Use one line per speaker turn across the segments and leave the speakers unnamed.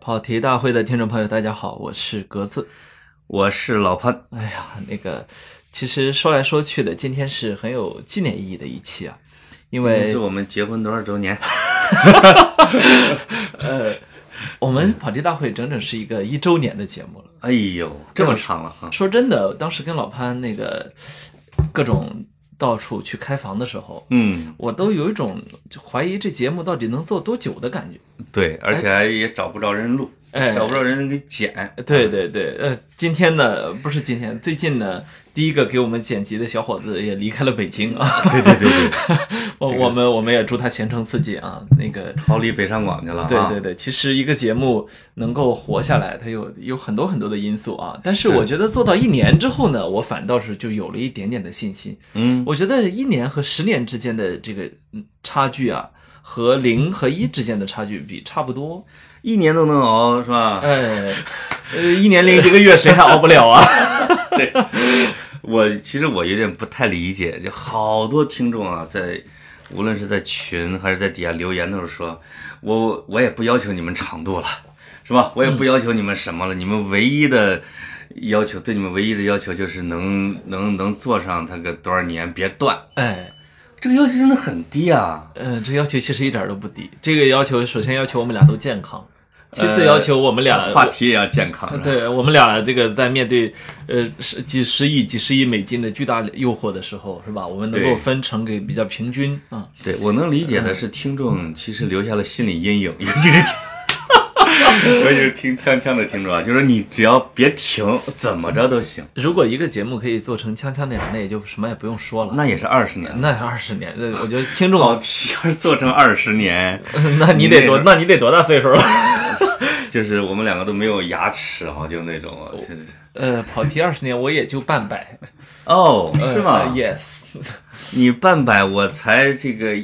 跑题大会的听众朋友，大家好，我是格子。
我是老潘，
哎呀，那个，其实说来说去的，今天是很有纪念意义的一期啊，因
今天
为
是我们结婚多少周年？
呃，我
嗯
们跑题大会整整是一个一周年的节目了。
哎呦，这么长了啊！
说真的，当时跟老潘那个各种到处去开房的时候，
嗯，
我都有一种就怀疑这节目到底能做多久的感觉。
对，而且还也找不着人录，
哎
找不着人给剪。
对对对，呃，今天呢，不是今天，最近呢，第一个给我们剪辑的小伙子也离开了北京啊。
对对对对，
我
这个
我们我们也祝他前程似锦啊。那个，
逃离北上广去了啊！
对对对，其实一个节目能够活下来，它有有很多很多的因素啊。但是
是
我觉得做到一年之后呢，我反倒是就有了一点点的信心。
嗯，
我觉得一年和十年之间的这个嗯差距啊，和零和一之间的差距比差不多。
一年都能熬是吧？
哎，呃，一年零一个月谁还熬不了啊？
我其实我有点不太理解，就好多听众啊，在无论是在群还是在底下留言的时候说，我我也不要求你们长度了，是吧？我也
嗯
不要求你们什么了，你们唯一的要求，对你们唯一的要求就是能能能做上它个多少年，别断。
哎，
这个要求真的很低啊！
呃，这要求其实一点儿都不低。这个要求首先要求我们俩都健康，其次要求我们俩、
话题也要健康
我。
是 吧，
对我们俩这个在面对呃十几十亿、几十亿美金的巨大诱惑的时候，是吧？我们能够
对
分成给比较平均啊。
对我能理解
嗯
的是，听众其实留下了心理阴影，尤其是 听，尤其是听锵锵的听众啊，就是你只要别停，怎么着都行。
如果一个节目可以做成锵锵那样，那也就什么也不用说了。
那也是二十年，
那是二十年，那呃我觉得听众
跑题要是 做成二十年，
那你得多，那你得多大岁数了？
就是我们两个都没有牙齿啊，就那种，就是
呃，跑题二十年，我也就半 百，
哦，是
呃
吗？
？Yes，
你半百，我才这个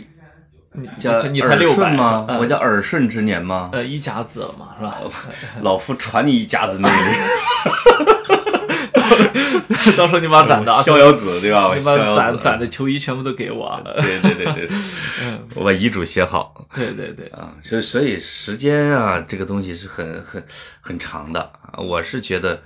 叫
你才
耳
六
顺
百
吗？
嗯
我叫耳顺之年吗？
呃，一甲子了嘛，是吧？
老夫传你一甲子内 力，
到时候你 把 攒的啊，
逍遥子对吧？
你
逍
把
遥
攒
子，
攒的球衣全部都给我啊。
对对对对，
嗯，
我把遗嘱写好
对对对，
啊。所以所以时间啊，这个东西是很很很长的啊。我是觉得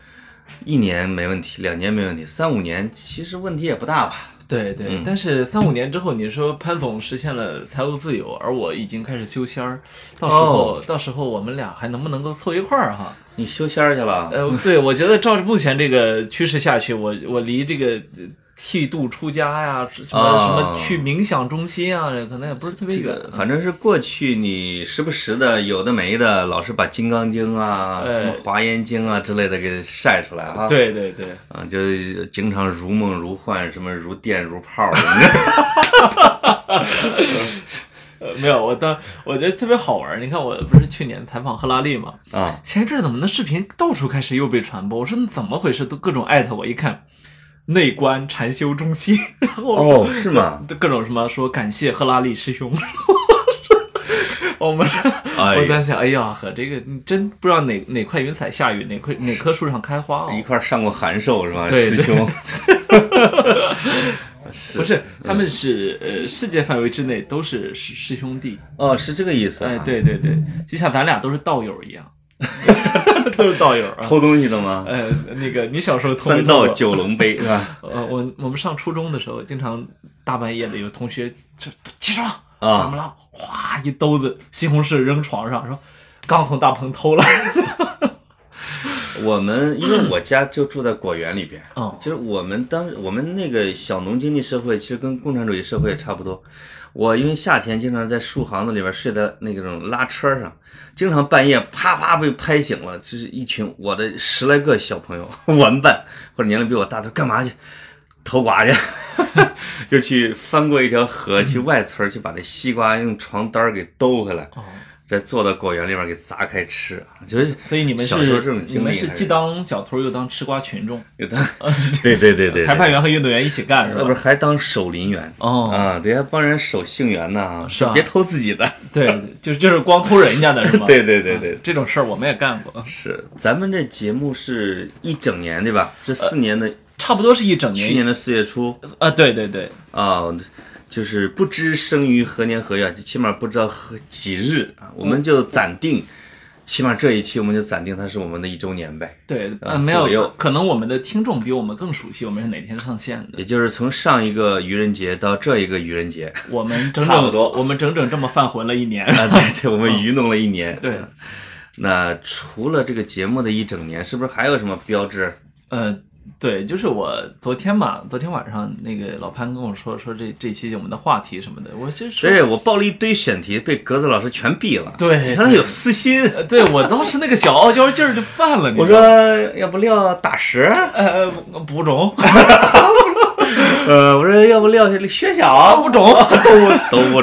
一年没问题，两年没问题，三五年其实问题也不大吧。
对对。
嗯
但是三五年之后，你说潘总实现了财务自由，而我已经开始修仙儿，到时候、到时候我们俩还能不能够凑一块儿哈？
你修仙儿去了？
呃，对，我觉得照着目前这个趋势下去，我我离这个。呃剃度出家呀，什么什么
哦
去冥想中心啊，可能也不是特别
这
远。啊
个反正是过去你时不时的有的没的，老是把《金刚经》啊、
哎
什么《华严经》啊之类的给晒出来啊。
对对对，
啊，就是经常如梦如幻，什么如电如泡 儿什么的。
呃，没有，我当我觉得特别好玩儿。你看，我不是去年采访赫拉利嘛，
啊，
前一阵儿怎么那视频到处开始又被传播？我说那怎么回事？都各种艾特我，一看内观禅修中心， 然后我说
哦，是吗？
各种什么说感谢赫拉利师兄。我们
哎
我
呀
在想，哎呀呵，这个你真不知道哪哪块云彩下雨，哪块哪棵树上开花哦。
一块儿上过函授是吧，
对
师兄？
不是，他们是呃世界范围之内都是师师兄弟。
哦，是这个意思、啊。
哎，，对对对，就像咱俩都是道友 一样，都是道友啊。
偷东西的吗？
呃，那个你小时候偷没
三
偷
道
过？
九龙杯是吧？
呃，我我们上初中的时候，经常大半夜的有同学就起床，
啊
怎么了？哗一兜子西红柿扔床上，说刚从大棚 偷来的。
我们因为我家就住在果园里 边，
哦
就是我们当我们那个小农经济社会，其实跟共产主义社会也差不多。我因为夏天经常在树行子里边睡在那种拉车上，经常半夜啪啪被拍醒了，就是一群我的十来个小朋友玩伴或者年龄比我大的干嘛去偷瓜去， 就去翻过一条河
嗯
去外村儿去把那西瓜用床单儿给兜回来，
哦，
再坐到果园里边给砸开吃，就是
所以你们
小时候这
是
种
你
经历
们
还
是
是
既当小偷又当吃瓜群众，呃
有的， 对对对对，
裁判员和运动员一起干是
呃，不是
吧？
还当守林员
哦，
啊？对，还帮人守杏园呢，
是啊
别偷自己的。
对，就就是光偷人家的是吧？
对对对对，
这种事儿我们也干过，
是咱们这节目是一整年对吧？这四年的，
差不多是一整
去
呃年。
年的四月初
啊，对对对，
啊，就是不啊知生于何年何月，就起码不知道何几日啊，我们就暂定起码这一期我们就暂定它是我们的一周年呗。
对，
啊
呃，没
左
有
右，
可能我们的听众比我们更熟悉我们是哪天上线的。
也就是从上一个愚人节到这一个愚人节
我们整整
差不多
我们整整这么犯浑了一年。
啊，对对，我们愚弄了一年。
嗯
嗯
对，
那除了这个节目的一整年，是不是还有什么标志？
呃，对，就是我昨天嘛，昨天晚上那个老潘跟我说说这这期我们的话题什么的，我就说
对我报了一堆选题，被格子老师全毙了。
对
你看他有私心。
呃对我当时那个小傲娇劲儿就犯了。你
我
知道
说
吗，
要不撂打十，
呃，不 中，
呃，我说要不撂薛
啊，
晓，
不中。
都不
中都
中，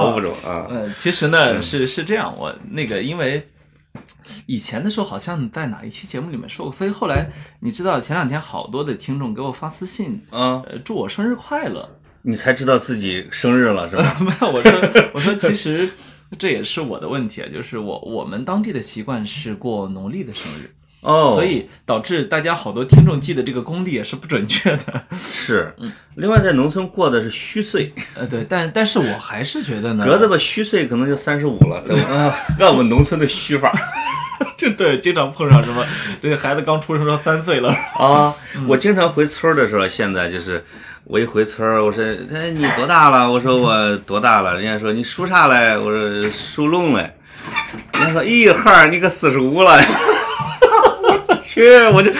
都
不
不中啊。
呃，其实呢是是这样，我那个因为以前的时候好像在哪一期节目里面说过，所以后来你知道前两天好多的听众给我发私信，
啊，
呃，祝我生日快乐。
你才知道自己生日了是吧？
没有，我说我说其实这也是我的问题，啊就是我我们当地的习惯是过农历的生日，
哦，
所以导致大家好多听众记的这个公历也是不准确的。
是。
嗯
另外，在农村过的是虚岁，
呃，对，但但是我还是觉得呢，
格子吧虚岁可能就三十五了，在我啊， 按我们农村的虚法
就对，经常碰上什么，这个孩子刚出生说三岁了，
啊。我
嗯
经常回村儿的时候，现在就是我一回村儿，我说：“哎，你多大了？”我说：“我多大了？”人家说：“你属啥嘞？”我说：“属龙嘞。”人家说：“咦，孩儿，你可四十五了。” 我去，我就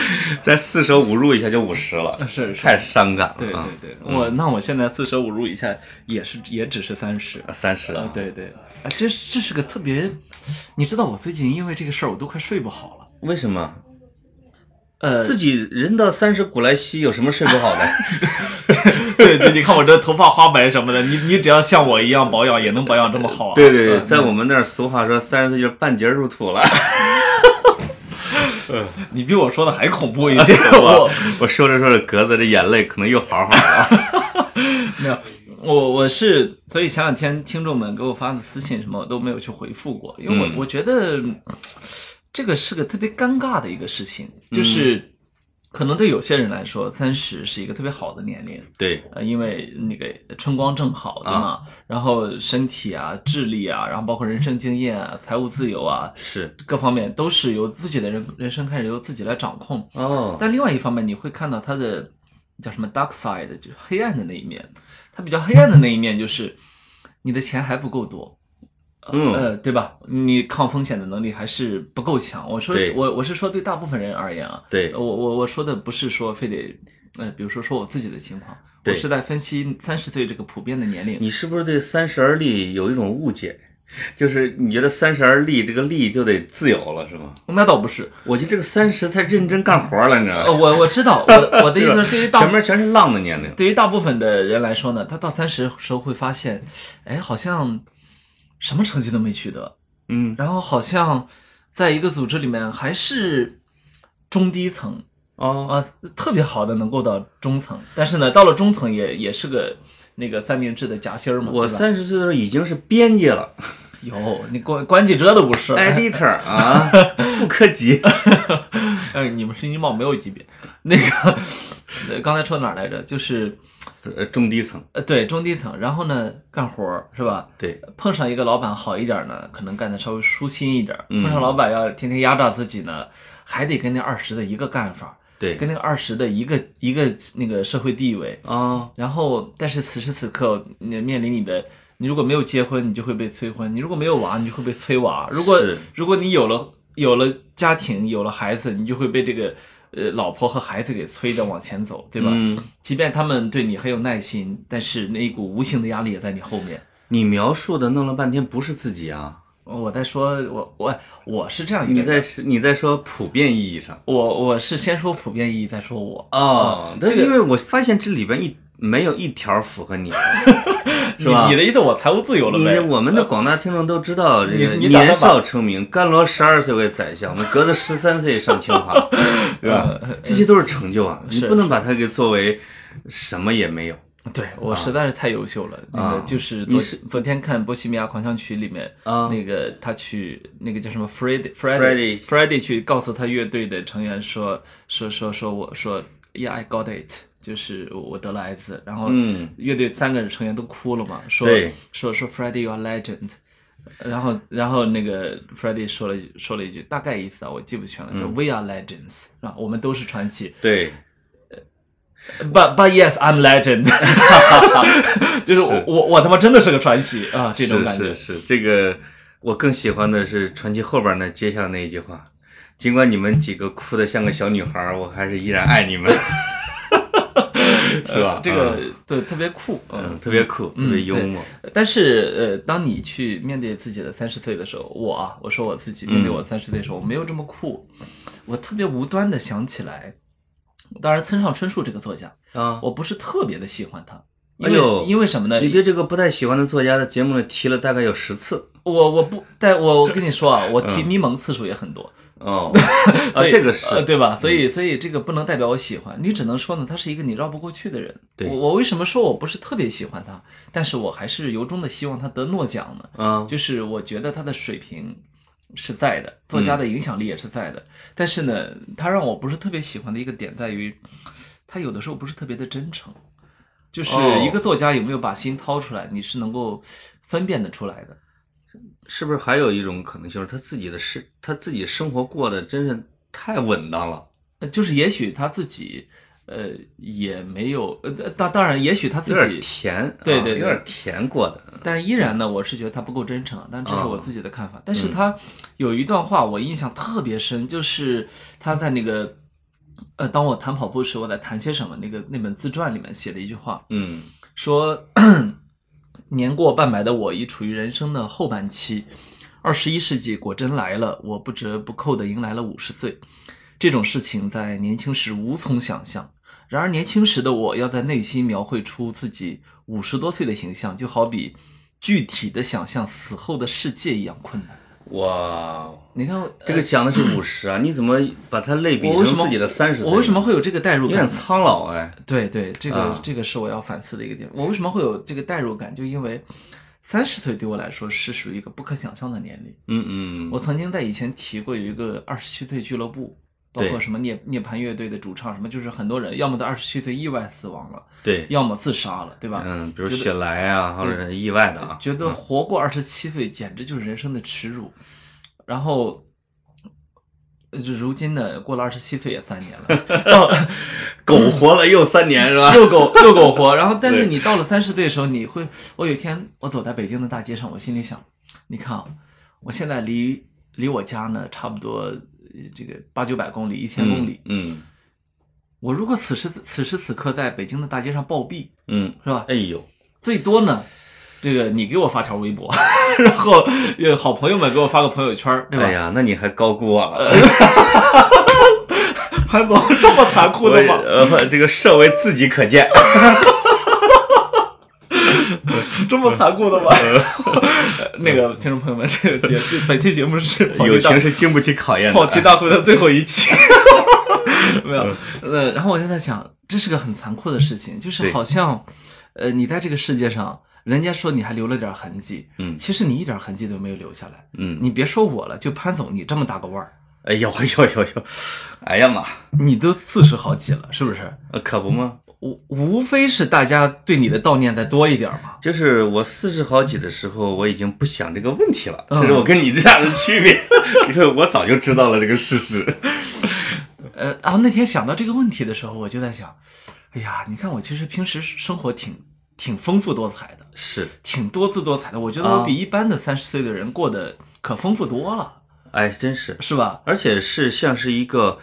再四舍五入一下就五十了，
是是。
啊太嗯伤感了。啊
对对对，我那我现在四舍五入以下也是也只是三十，
三十
啊，对对，啊，这这是个特别，你知道我最近因为这个事儿我都快睡不好了，
为什么？
呃，
自己人到三十古来稀，有什么睡 不好的？
对对，你看我这头发花白什么的，你你只要像我一样保养，也能保养这么好啊。
对对对，
嗯
在我们那儿俗话说，三十岁就是半截入土了。
嗯你比我说的还恐怖一点。
我
我
我说着说着，格子这眼泪可能又好好了。
没有，我我是，所以前两天听众们给我发的私信什么，我都没有去回复过，因为我、
嗯
我觉得嗯这个是个特别尴尬的一个事情，
嗯
就是。可能对有些人来说，三十是一个特别好的年龄，
对，
呃，因为那个春光正好，对
啊
吗？然后身体啊、智力啊，然后包括人生经验啊、财务自由啊，
是
各方面都是由自己的人人生开始由自己来掌控。
哦，
但另外一方面，你会看到他的叫什么 dark side，就是黑暗的那一面。他比较黑暗的那一面就是你的钱还不够多，
嗯，
呃，对吧？你抗风险的能力还是不够强。我说
对
我我是说对大部分人而言啊，
对
我我我说的不是说非得呃，比如说说我自己的情况，我
对
是在分析三十岁这个普遍的年龄。
你是不是对三十而立有一种误解？就是你觉得三十而立这个立就得自由了，是吗？
那倒不是，
我觉得这个三十才认真干活了，你知道
呃，
吗？
我我知道，我我的意思是对于大部
前面全是浪的年龄。
对于大部分的人来说呢，他到三十时候会发现，哎，好像什么成绩都没取得，
嗯，
然后好像在一个组织里面还是中低层
哦，
啊，特别好的能够到中层，但是呢，到了中层也也是个那个三明治的夹心儿嘛，
我
对吧
三十岁的时候已经是编辑了。
有你关关几折都不是， 哎，
editor 啊，副科级。
哎你们是音贸没有级别，那个 呃刚才说哪儿来着？就是
呃，中低层，
呃，对中低层，然后呢干活儿是吧？
对，
碰上一个老板好一点呢，可能干的稍微舒心一点；
嗯
碰上老板要天天压榨自己呢，还得跟那二十的一个干法，
对
跟那个二十的一个一个那个社会地位。
啊，
然后，但是此时此刻，你面临你的，你如果没有结婚，你就会被催婚；你如果没有娃，你就会被催娃；如果
是
如果你有了有了家庭，有了孩子，你就会被这个呃老婆和孩子给催着往前走，对吧？
嗯，
即便他们对你很有耐心，但是那一股无形的压力也在你后面。
你描述的弄了半天不是自己啊，
我在说，我我我是这样一个
你
人，
在是你在说普遍意义上
我我是先说普遍意义，再说我，
哦，但是
啊这个
因为我发现这里边一没有一条符 合你，是吧
你你的意思我财务自由了
你
呗？啊
我们的广大听众都知道，这个
你你打算
年少成名，甘罗十二岁为宰相，我们 格子十三岁上清华，对吧？这些都是成就啊，你
嗯是
不能把它给作为什么也没有
对我实在是太优秀了，那个就是
啊你
昨
是
昨天看《波西米亚狂想曲》里面，
啊。
那个他去那个叫什么 Freddy
Freddy
Freddy 去告诉他乐队的成员说说说说我说 Yeah I got it，就是我得了癌症，然后
嗯
乐队三个成员都哭了嘛，说
对
说说 Freddy you're a legend，然后，然后那个 Freddie 说了一说了一句，大概意思啊，我记不全
嗯
了，说 We are legends，啊，我们都是传奇。
对，
But but yes, I'm legend，就是我
是
我我他妈真的是个传奇啊，这种
是
感觉
是是，这个我更喜欢的是传奇后边那接下来那一句话，尽管你们几个哭得像个小女孩儿，我还是依然爱 你们，是吧
呃？这
啊
个对特别酷，嗯
嗯，特别酷，特别幽默，
但是呃，当你去面对自己的三十岁的时候，我啊，我说我自
嗯
己面对我三十岁的时候，我没有这么酷，我特别无端的想起来，当然村上春树这个作家，
啊。
我不是特别的喜欢他，因
哎
为、
呦
因为什么呢？
你对这个不太喜欢的作家在节目里提了大概有十次
我我不，但我我跟你说啊，我
嗯
提迷蒙次数也很多，
哦，啊，
所以
这个
呃
是嗯
对吧？所以所以这个不能代表我喜欢，你只能说呢，他是一个你绕不过去的人。
对
我我为什么说我不是特别喜欢他，但是我还是由衷的希望他得诺奖呢？
啊，
就是我觉得他的水平是在的，作家的
嗯
影响力也是在的。但是呢，他让我不是特别喜欢的一个点在于，他有的时候不是特别的真诚。就是
哦
一个作家有没有把心掏出来，你是能够分辨得出来的。
是不是还有一种可能性，就是他自己的事，他自己生活过得真是太稳当了，
呃就是也许他自己，呃，也没有，呃，当当然，也许他自
有点
己，
甜，
对
啊
对对
有点甜过的，
但依然呢，我是觉得他不够真诚，但这是我
哦
自己的看法。但是他有一段话我印象特别深，就是他在那个，呃，当我谈跑步时，我在谈些什么？那个那本自传里面写了一句话，
嗯
说年过半百的我已处于人生的后半期，二十一世纪果真来了，我不折不扣的迎来了五十岁。这种事情在年轻时无从想象。然而，年轻时的我要在内心描绘出自己五十多岁的形象，就好比具体的想象死后的世界一样困难。
哇，
你看我呃
这个讲的是五十啊，你怎么把它类比
我
成
为什么
自己的三十岁？
我为什么会有这个代入
有点
感？
苍老哎？
对对，这个、
啊
这个是我要反思的一个点。我为什么会有这个代入感？就因为三十岁对我来说是属于一个不可想象的年龄。
嗯嗯，
我曾经在以前提过有一个二十七岁俱乐部，包
对
括什么涅涅槃乐队的主唱什么，就是很多人要么在二十七岁意外死亡了，
对，
要么自杀了，对吧？
嗯，比如
觉得
雪莱啊，或者是意外的啊，
觉得活过二十七岁简直就是人生的耻辱。然后，呃就如今呢，过了二十七岁也三年了， 到
狗活了又三年是吧？
遛狗遛狗活。然后，但是
对
你到了三十岁的时候，你会，我有一天我走在北京的大街上，我心里想，你看啊，我现在离离我家呢差不多呃这个八九百公里、一千公里。
嗯
我如果此时此时此刻在北京的大街上暴毙，
嗯，
是吧？
哎呦，
最多呢，这个你给我发条微博， 然后呃好朋友们给我发个朋友圈儿，对吧？呃
哎呀，那你还高估我了。
潘总这么残酷
我
的吗？
呃，这个设为自己可见。
这么残酷的吗？
嗯
那个听众朋友们，这个节这本期节目是 跑题
友
大
情是经不起考验的。
跑题大会的最后一 期，没
嗯
有。呃，然后我就在想，这是个很残酷的事情，就是
对
好像，呃，你在这个世界上，人家说你还留了点痕迹，
嗯
其实你一点痕迹都没有留下来。
嗯，
你别说我了，就潘总你这么大个腕儿，
哎呦 呦呦呦，哎呀妈，
你都四十好几了，是不是？
呃可不嘛。
无无非是大家对你的悼念再多一点嘛。
就是我四十好几的时候，我已经不想这个问题了，
嗯
这是我跟你这样的区别。 因为我早就知道了这个事实。
呃，然后那天想到这个问题的时候，我就在想，哎呀，你看我其实平时生活挺挺丰富多彩的，
是，
挺多姿多彩的。我觉得我
啊
比一般的三十岁的人过得可丰富多了，
哎，真是，
是吧？
而且是像是一个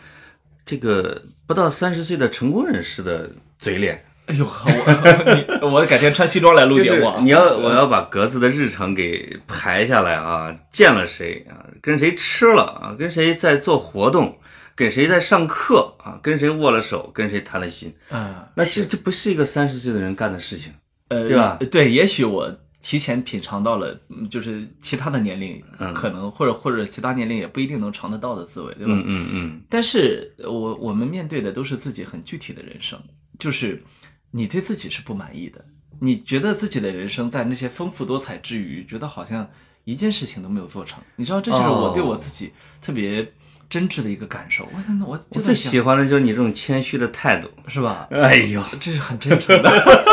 这个不到三十岁的成功人士的嘴脸。
哎呦，我 你我改天穿西装来录
就
节
是
目啊。
你要我要把格子的日程给排下来啊，见了谁啊，跟谁吃了啊，跟谁在做活动，跟谁在上课啊，跟谁握了手，跟谁谈了心，
嗯
那这这不是一个三十岁的人干的事情。
呃，
对吧
对，也许我。提前品尝到了，嗯就是其他的年龄，
嗯
可能或者或者其他年龄也不一定能尝得到的滋味，对吧？
嗯嗯嗯，
但是呃我我们面对的都是自己很具体的人生，就是你对自己是不满意的，你觉得自己的人生在那些丰富多彩之余，觉得好像一件事情都没有做成。你知道，这就是我
哦
对我自己特别真挚的一个感受。我想，我
我
就在
最
想
喜欢的就是你这种谦虚的态度。
是吧？
哎呦，
这是很真诚的。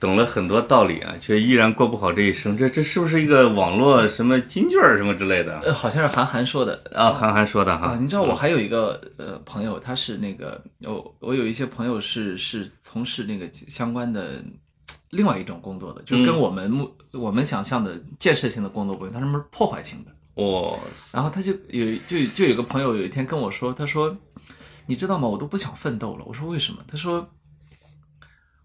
懂了了很多道理啊，却依然过不好这一生。这这是不是一个网络什么金句儿什么之类的
呃，好像是韩寒说的
啊？韩寒说的
啊
哈，，
你知道我还有一个呃朋友，他是那个我我有一些朋友是是从事那个相关的另外一种工作的，就是跟
嗯
我们目、我们想象的建设性的工作不一样，他们是破坏性的。
我
然后他就有就就有一个朋友有一天跟我说，他说：“你知道吗？我都不想奋斗了。”我说：“为什么？”他说：“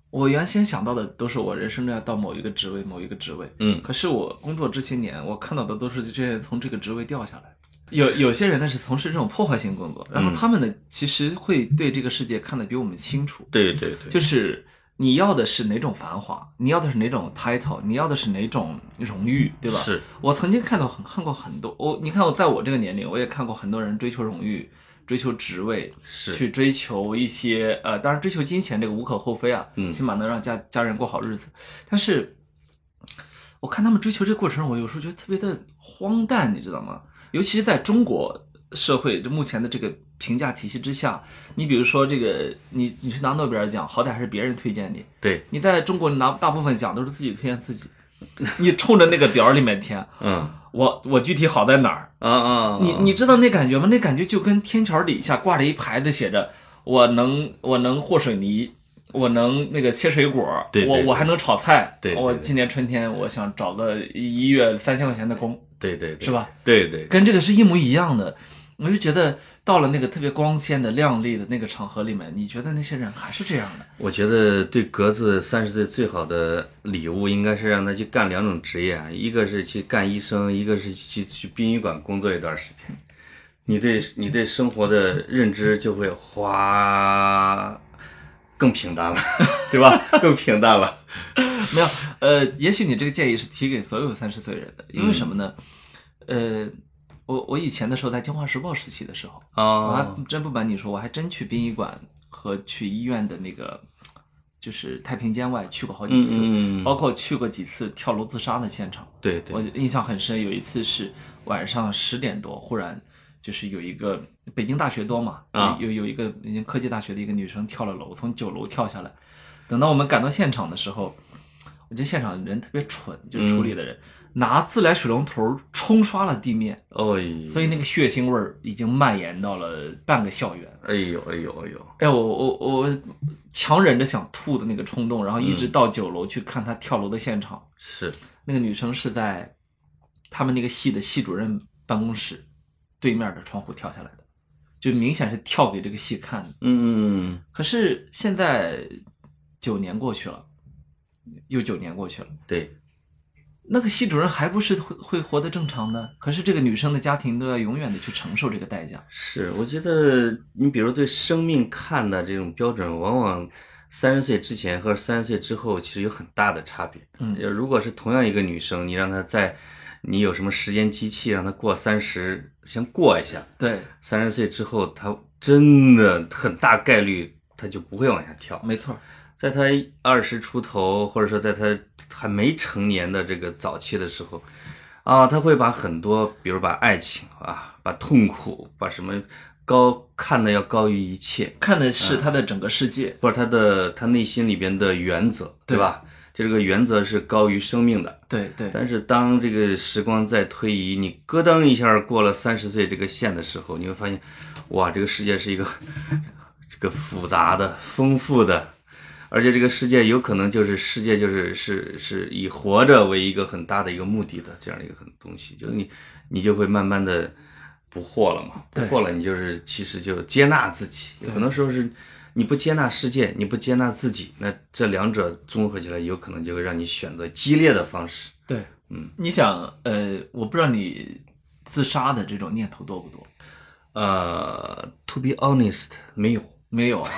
我原先想到的都是我人生要到某一个职位，某一个职位。
嗯
可是我工作这些年，我看到的都是这些人从这个职位掉下来。有有些人呢是从事这种破坏性工作，然后
嗯
他们呢其实会对这个世界看得比我们清楚。
对对对，
就是你要的是哪种繁华，你要的是哪种 title，你要的是哪种荣誉，对吧？
是
我曾经看到很看过很多，我你看我在我这个年龄，我也看过很多人追求荣誉、追求职位，
是，
去追求一些呃，当然追求金钱这个无可厚非啊，
嗯
起码能让家家人过好日子。但是，我看他们追求这个过程，我有时候觉得特别的荒诞，你知道吗？尤其是在中国社会这目前的这个评价体系之下，你比如说这个，你你是拿诺贝尔奖，好歹还是别人推荐你，
对，
你在中国拿大部分奖都是自己推荐自己，你冲着那个表里面填，
嗯
我我具体好在哪儿？
啊啊，
你你知道那感觉吗？那感觉就跟天桥底下挂着一牌子，写着“我能我能和水泥，我能那个切水果，
对对
我我还能炒菜。
对对
我
对
今年春天我想找个一一月三千块钱的工，
对对对
是？吧？
对对，
跟这个是一模一样的。我就觉得到了那个特别光鲜的、亮丽的那个场合里面，你觉得那些人还是这样的？
我觉得对格子三十岁最好的礼物，应该是让他去干两种职业，啊，一个是去干医生，一个是去去殡仪馆工作一段时间。你对你对生活的认知就会哗更平淡了， 对吧？更平淡了。
没有，呃，也许你这个建议是提给所有三十岁人的，因为什么呢？呃，我我以前的时候在《京华时报》时期的时候，我
啊
还真不瞒你说，我还真去殡仪馆和去医院的那个，就是太平间外去过好几次，
嗯嗯嗯
包括去过几次跳楼自杀的现场。
对
我
对，
印象很深，有一次是晚上十点多，忽然就是有一个北京大学多嘛，
啊
有有一个北京科技大学的一个女生跳了楼，从九楼跳下来。等到我们赶到现场的时候，我觉得现场人特别蠢，就处
嗯
理的人、拿自来水龙头冲刷了地面，
哦，
所以那个血腥味儿已经蔓延到了半个校园。
哎呦哎呦哎呦，
哎，我我我强忍着想吐的那个冲动，然后一直到九楼去看她跳楼的现场。
是
那个女生是在他们那个系的系主任办公室对面的窗户跳下来的，就明显是跳给这个系看的。
嗯
可是现在九年过去了，又九年过去了，
对，
那个系主任还不是会会活得正常的？可是这个女生的家庭都要永远的去承受这个代价。
是，我觉得你比如对生命看的这种标准，往往三十岁之前和三十岁之后其实有很大的差别。
嗯，
呃如果是同样一个女生，你让她在，你有什么时间机器让她过三十，先过一下，
对，
三十岁之后，她真的很大概率她就不会往下跳。
没错儿，
在她二十出头，或者说在她还没成年的这个早期的时候，啊，她会把很多，比如把爱情啊，把痛苦，把什么高看的要高于一切，
看的
嗯
是她的整个世界。
或者她的她内心里边的原则，
对
对吧？就这个原则是高于生命的。
对对，
但是当这个时光在推移，你咯噔一下过了三十岁这个线的时候，你会发现，哇，这个世界是一个这个复杂的、丰富的，而且这个世界有可能就是世界就是是是以活着为一个很大的一个目的的这样一个很东西，就是你你就会慢慢的不惑了嘛，不
对
惑了，你就是其实就接纳自己，有
对
很多时候是。你不接纳世界，你不接纳自己，那这两者综合起来，有可能就会让你选择激烈的方式。
对，
嗯，
你想，呃，我不知道你自杀的这种念头多不多？
呃，to be honest，没有，
没 有啊。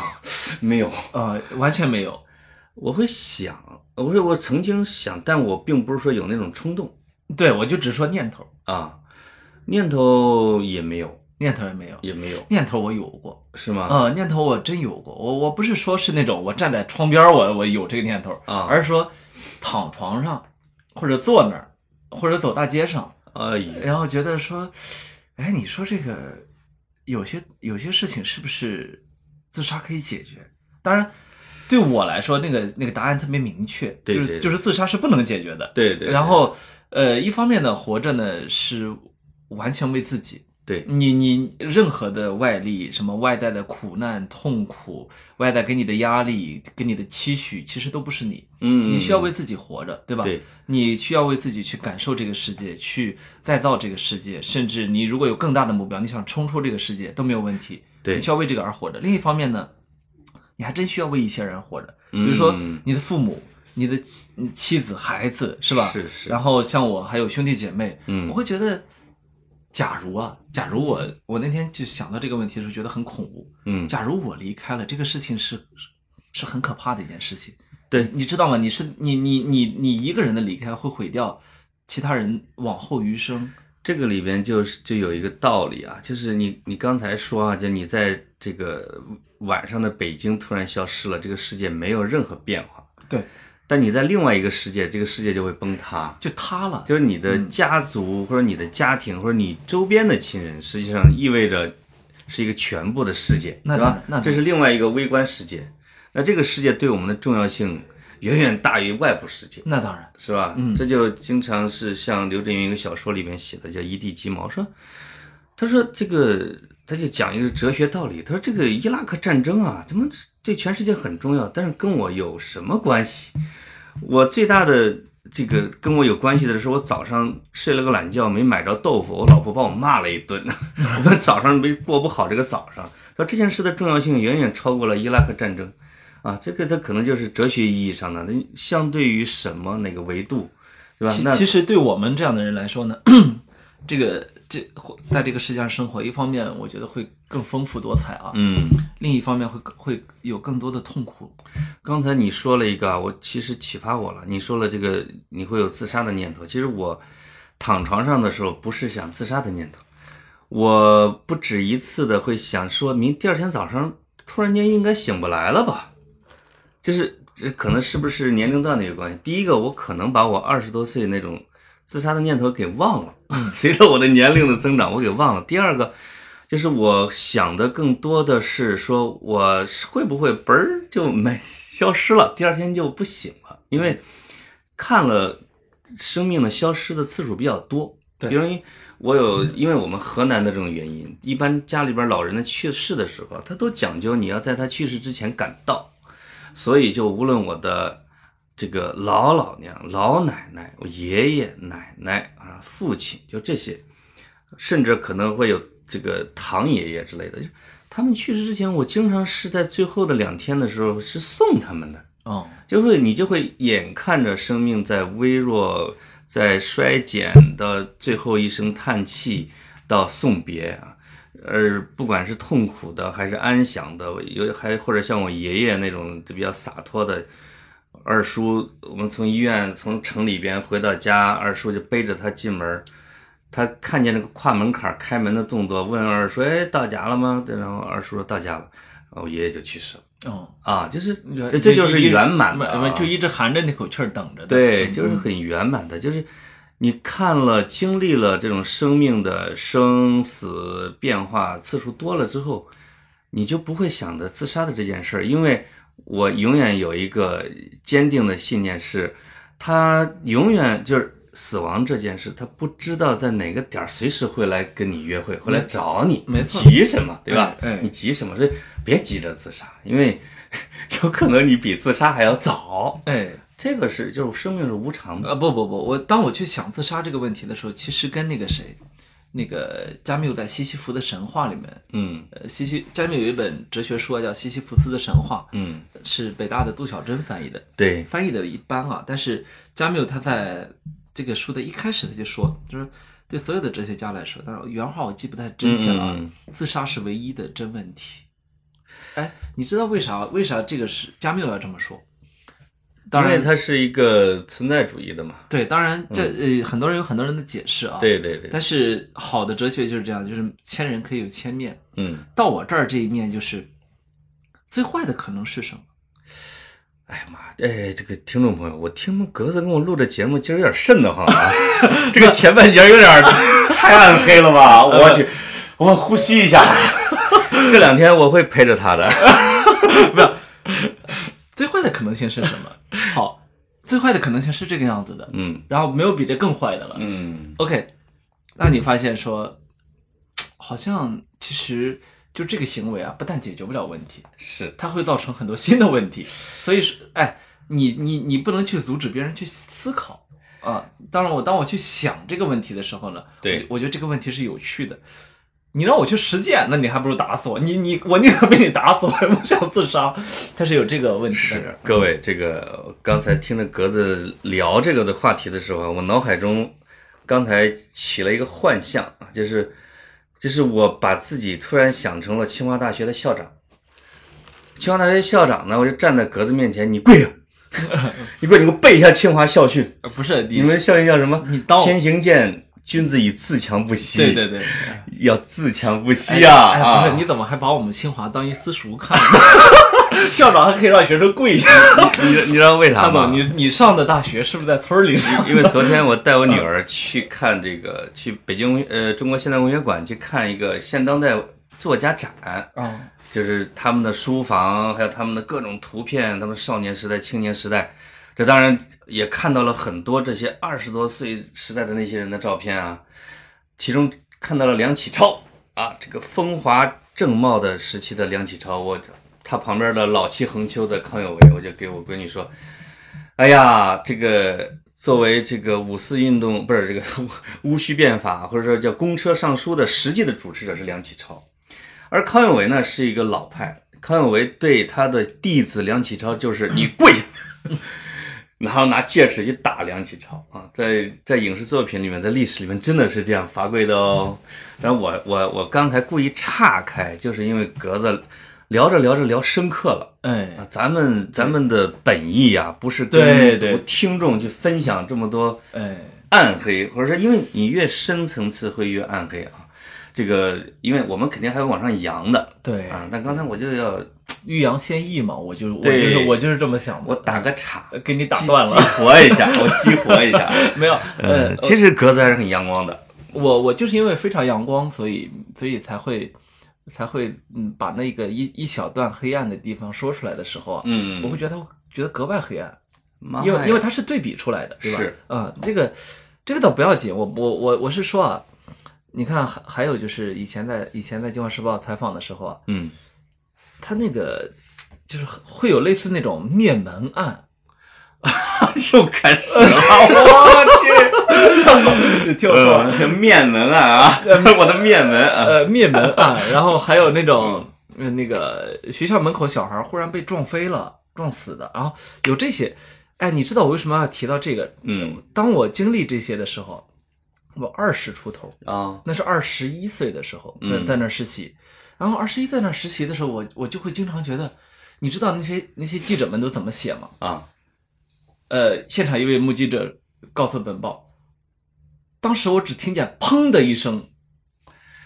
没有。
呃，完全没有。
我会想，我说我曾经想，但我并不是说有那种冲动
对，我就只说念头，
啊，念头也没有，
念头也没有，
也啊没有，
念头我有过，
是吗？
呃，念头我真有过。我我不是说是那种我站在窗边儿我我有这个念头，
啊
而是说躺床上或者坐那儿或者走大街上，
哎呀，
然后觉得说，哎，你说这个有些有些事情是不是自杀可以解决？当然，对我来说，那个那个答案特别明确，
对
就是
对
就是自杀是不能解决的。
对对，
然后呃，一方面呢，活着呢是完全为自己。
对
你，你任何的外力，什么外在的苦难、痛苦，外在给你的压力、给你的期许，其实都不是你，
嗯，
你需要为自己活着，对吧？
对
你需要为自己去感受这个世界，去再造这个世界，甚至你如果有更大的目标，你想冲出这个世界都没有问题。
对
你需要为这个而活着。另一方面呢，你还真需要为一些人活着，比
嗯
如说你的父母、你的妻你妻子、孩子，是吧？
是是
然后像我还有兄弟姐妹，
嗯
我会觉得，假如啊，假如我我那天就想到这个问题的时候，觉得很恐怖。
嗯，
假如我离开了，这个事情是是是很可怕的一件事情。
对
你知道吗？你是你你你你一个人的离开会毁掉其他人往后余生。
这个里边就是就有一个道理啊，就是你你刚才说啊，就你在这个晚上的北京突然消失了，这个世界没有任何变化，
对，
但你在另外一个世界，这个世界就会崩塌。
就塌了。
就是你
嗯
的家族或者你的家庭或者你周边的亲人，实际上意味着是一个全部的世界，
那
对
当然
吧
那当？然
这是另外一个微观世界。那这个世界对我们的重要性远远大于外部世界，
那当然，
是吧？
嗯
这就经常是像刘震云一个小说里面写的，叫《一地鸡毛》，说他说这个他就讲一个哲学道理，他说这个伊拉克战争啊，怎么对全世界很重要，但是跟我有什么关系？我最大的这个跟我有关系的是，我早上睡了个懒觉，没买着豆腐，我老婆把我骂了一顿。 我早上没过不好这个早上。说这件事的重要性远远超过了伊拉克战争，啊，这个它可能就是哲学意义上的，那相对于什么哪个维度，对吧？
其
那
其实对我们这样的人来说呢， 这个这在这个世界上生活，一方面我觉得会更丰富多彩啊，
嗯，
另一方面会会有更多的痛苦。
刚才你说了一个啊，我其实启发我了。你说了这个你会有自杀的念头，其实我躺床上的时候不是想自杀的念头，我不止一次的会想说明第二天早上突然间应该醒不来了吧，就是这可能是不是年龄段的有关系。第一个，我可能把我二十多岁那种自杀的念头给忘了， 随着我的年龄的增长，我给忘了。第二个，就是我想的更多的是说，我是会不会嘣儿就没消失了，第二天就不醒了？因为看了生命的消失的次数比较多。
对
比如因为我有，因为我们河南的这种原因，一般家里边老人的去世的时候，他都讲究你要在他去世之前赶到。所以就无论我的这个老老娘、老奶奶、我爷爷奶奶啊、父亲，就这些，甚至可能会有这个堂爷爷之类的，就是他们去世之前，我经常是在最后的两天的时候是送他们的，
哦，
就会你就会眼看着生命在微弱、在衰减的最后一声叹气到送别啊，而不管是痛苦的还是安详的，有还或者像我爷爷那种比较洒脱的。二叔，我们从医院从城里边回到家，二叔就背着他进门儿，他看见那个跨门槛儿开门的动作，问二叔：“哎，到家了吗？”然后二叔说：“到家了。”然后我爷爷就去世了。
哦，
啊，就是这这就是圆满的啊、
就一直含着那口气儿等着的。
对，
嗯
就是很圆满的，就是你看了、经历了这种生命的生死变化次数多了之后，你就不会想着自杀的这件事儿，因为我永远有一个坚定的信念是，他永远就是。死亡这件事，他不知道在哪个点儿随时会来跟你约会，会来找你，
嗯没错
急什么，对吧？
哎哎
你急什么？所以别急着自杀，因为 有可能你比自杀还要早。
哎，
这个是就是生命是无常的，
呃，不不不，我当我去想自杀这个问题的时候，其实跟那个谁，那个加缪在《西西弗的神话》里面，
嗯
呃，西西加缪有一本哲学书啊叫《西西弗斯的神话》，呃
嗯，
是北大的杜小珍翻译的，
对，
翻译的一般啊，但是加缪他在这个书的一开始他就说，就是对所有的哲学家来说，当然原话我记不太真切了啊，
嗯嗯
自杀是唯一的真问题。哎，你知道为啥为啥这个是加缪要这么说？当
因
然
为，它是一个存在主义的嘛，
对，当然这呃很多人有很多人的解释啊，，
嗯对对对，
但是好的哲学就是这样，就是千人可以有千面，
嗯，
到我这儿这一面就是最坏的可能是 什么？
哎呀妈，哎，这个听众朋友，我听他们格子跟我录这节目，今儿有点瘆得慌 啊，这个前半截有点儿太暗黑了吧，
呃
我去，我呼吸 一下，这两天我会陪着他的，
没有，最坏的可能性是什么？好，最坏的可能性是这个样子的，
嗯
然后没有比这更坏的了。
嗯
OK，那你发现说，好像其实就这个行为啊，不但解决不了问题，
是
它会造成很多新的问题。所以说，哎，你你你不能去阻止别人去思考啊。当然我，当我去想这个问题的时候呢，
对
我我觉得这个问题是有趣的。你让我去实践，那你还不如打死我。你你我宁可被你打死，我也不想自杀。它是有这个问题的。
是，各位，这个刚才听着格子聊这个的话题的时候啊，我脑海中刚才起了一个幻象啊，就是就是我把自己突然想成了清华大学的校长。清华大学校长呢，我就站在格子面前，你跪 下，你跪，你给我背一下清华校训。
呃不是你
你们校训叫什么？
你当
天行健，君子以自强不息。
对对，对。
要自强不息啊！
哎
啊
哎，不是，你怎么还把我们清华当一私塾看？ 校长还可以让学生跪下。
你你知道为啥
潘
吗？
总， 你你上的大学是不是在村 儿里上？
因为昨天我带我女儿去看这个，去北京呃中国现代文学馆去看一个现当代作家展，
啊，
就是他们的书房，还有他们的各种图片，他们少年时代、青年时代，这当然也看到了很多这些二十多岁时代的那些人的照片啊，其中看到了梁启超啊，这个风华正茂的时期的梁启超，我他旁边的老气横秋的康有为，我就给我闺女说，哎呀，这个作为这个五四运动不是这个 戊戌变法，或者说叫公车上书的实际的主持者是梁启超，而康有为呢是一个老派，康有为对他的弟子梁启超就是你 跪下。然后拿戒尺去打梁启超啊，在在影视作品里面，在历史里面真的是这样罚跪的哦。然后我我我刚才故意岔开，就是因为格子聊着聊着聊深刻了。啊
哎，，
咱们咱们的本意呀、不是跟
对对
听众去分享这么多
哎，
暗黑，或者说，因为你越深层次会越暗黑啊。这个，因为我们肯定还会往上扬的
对，
啊。那刚才我就要
欲扬先抑嘛，我就是我就
对
是我就是这么想的。
我打个岔，
呃给你打断
激
了，
激活一下， 我激活 一下。
没有，
呃
呃，，
其实格子还是很阳光的。
我我就是因为非常阳光，所以所以才会才会嗯把那个一一小段黑暗的地方说出来的时候啊，
嗯，
我会觉得它觉得格外黑暗，
妈
因
呀
为因为它是对比出来的，对吧？
是，
嗯，这个这个倒不要紧，我我我我是说啊，你看还还有就是以前在以前在《京华时报》采访的时候啊，
嗯，
他那个就是会有类似那种灭门案，
又开始了， 我
听
去，
我说
呃
完，
这面门啊啊， 我的面门啊，
呃，灭门案，然后还有那种、
嗯
呃那个学校门口小孩忽然被撞飞了、撞死的，然后有这些，哎，你知道我为什么要提到这个？
嗯
当我经历这些的时候，我二十出头，
啊，
那是二十一岁的时候，在
嗯
在那儿实习，然后二十一在那儿实习的时候，我我就会经常觉得，你知道那些那些记者们都怎么写吗？
啊，
呃，现场一位目击者告诉本报，当时我只听见“砰”的一声，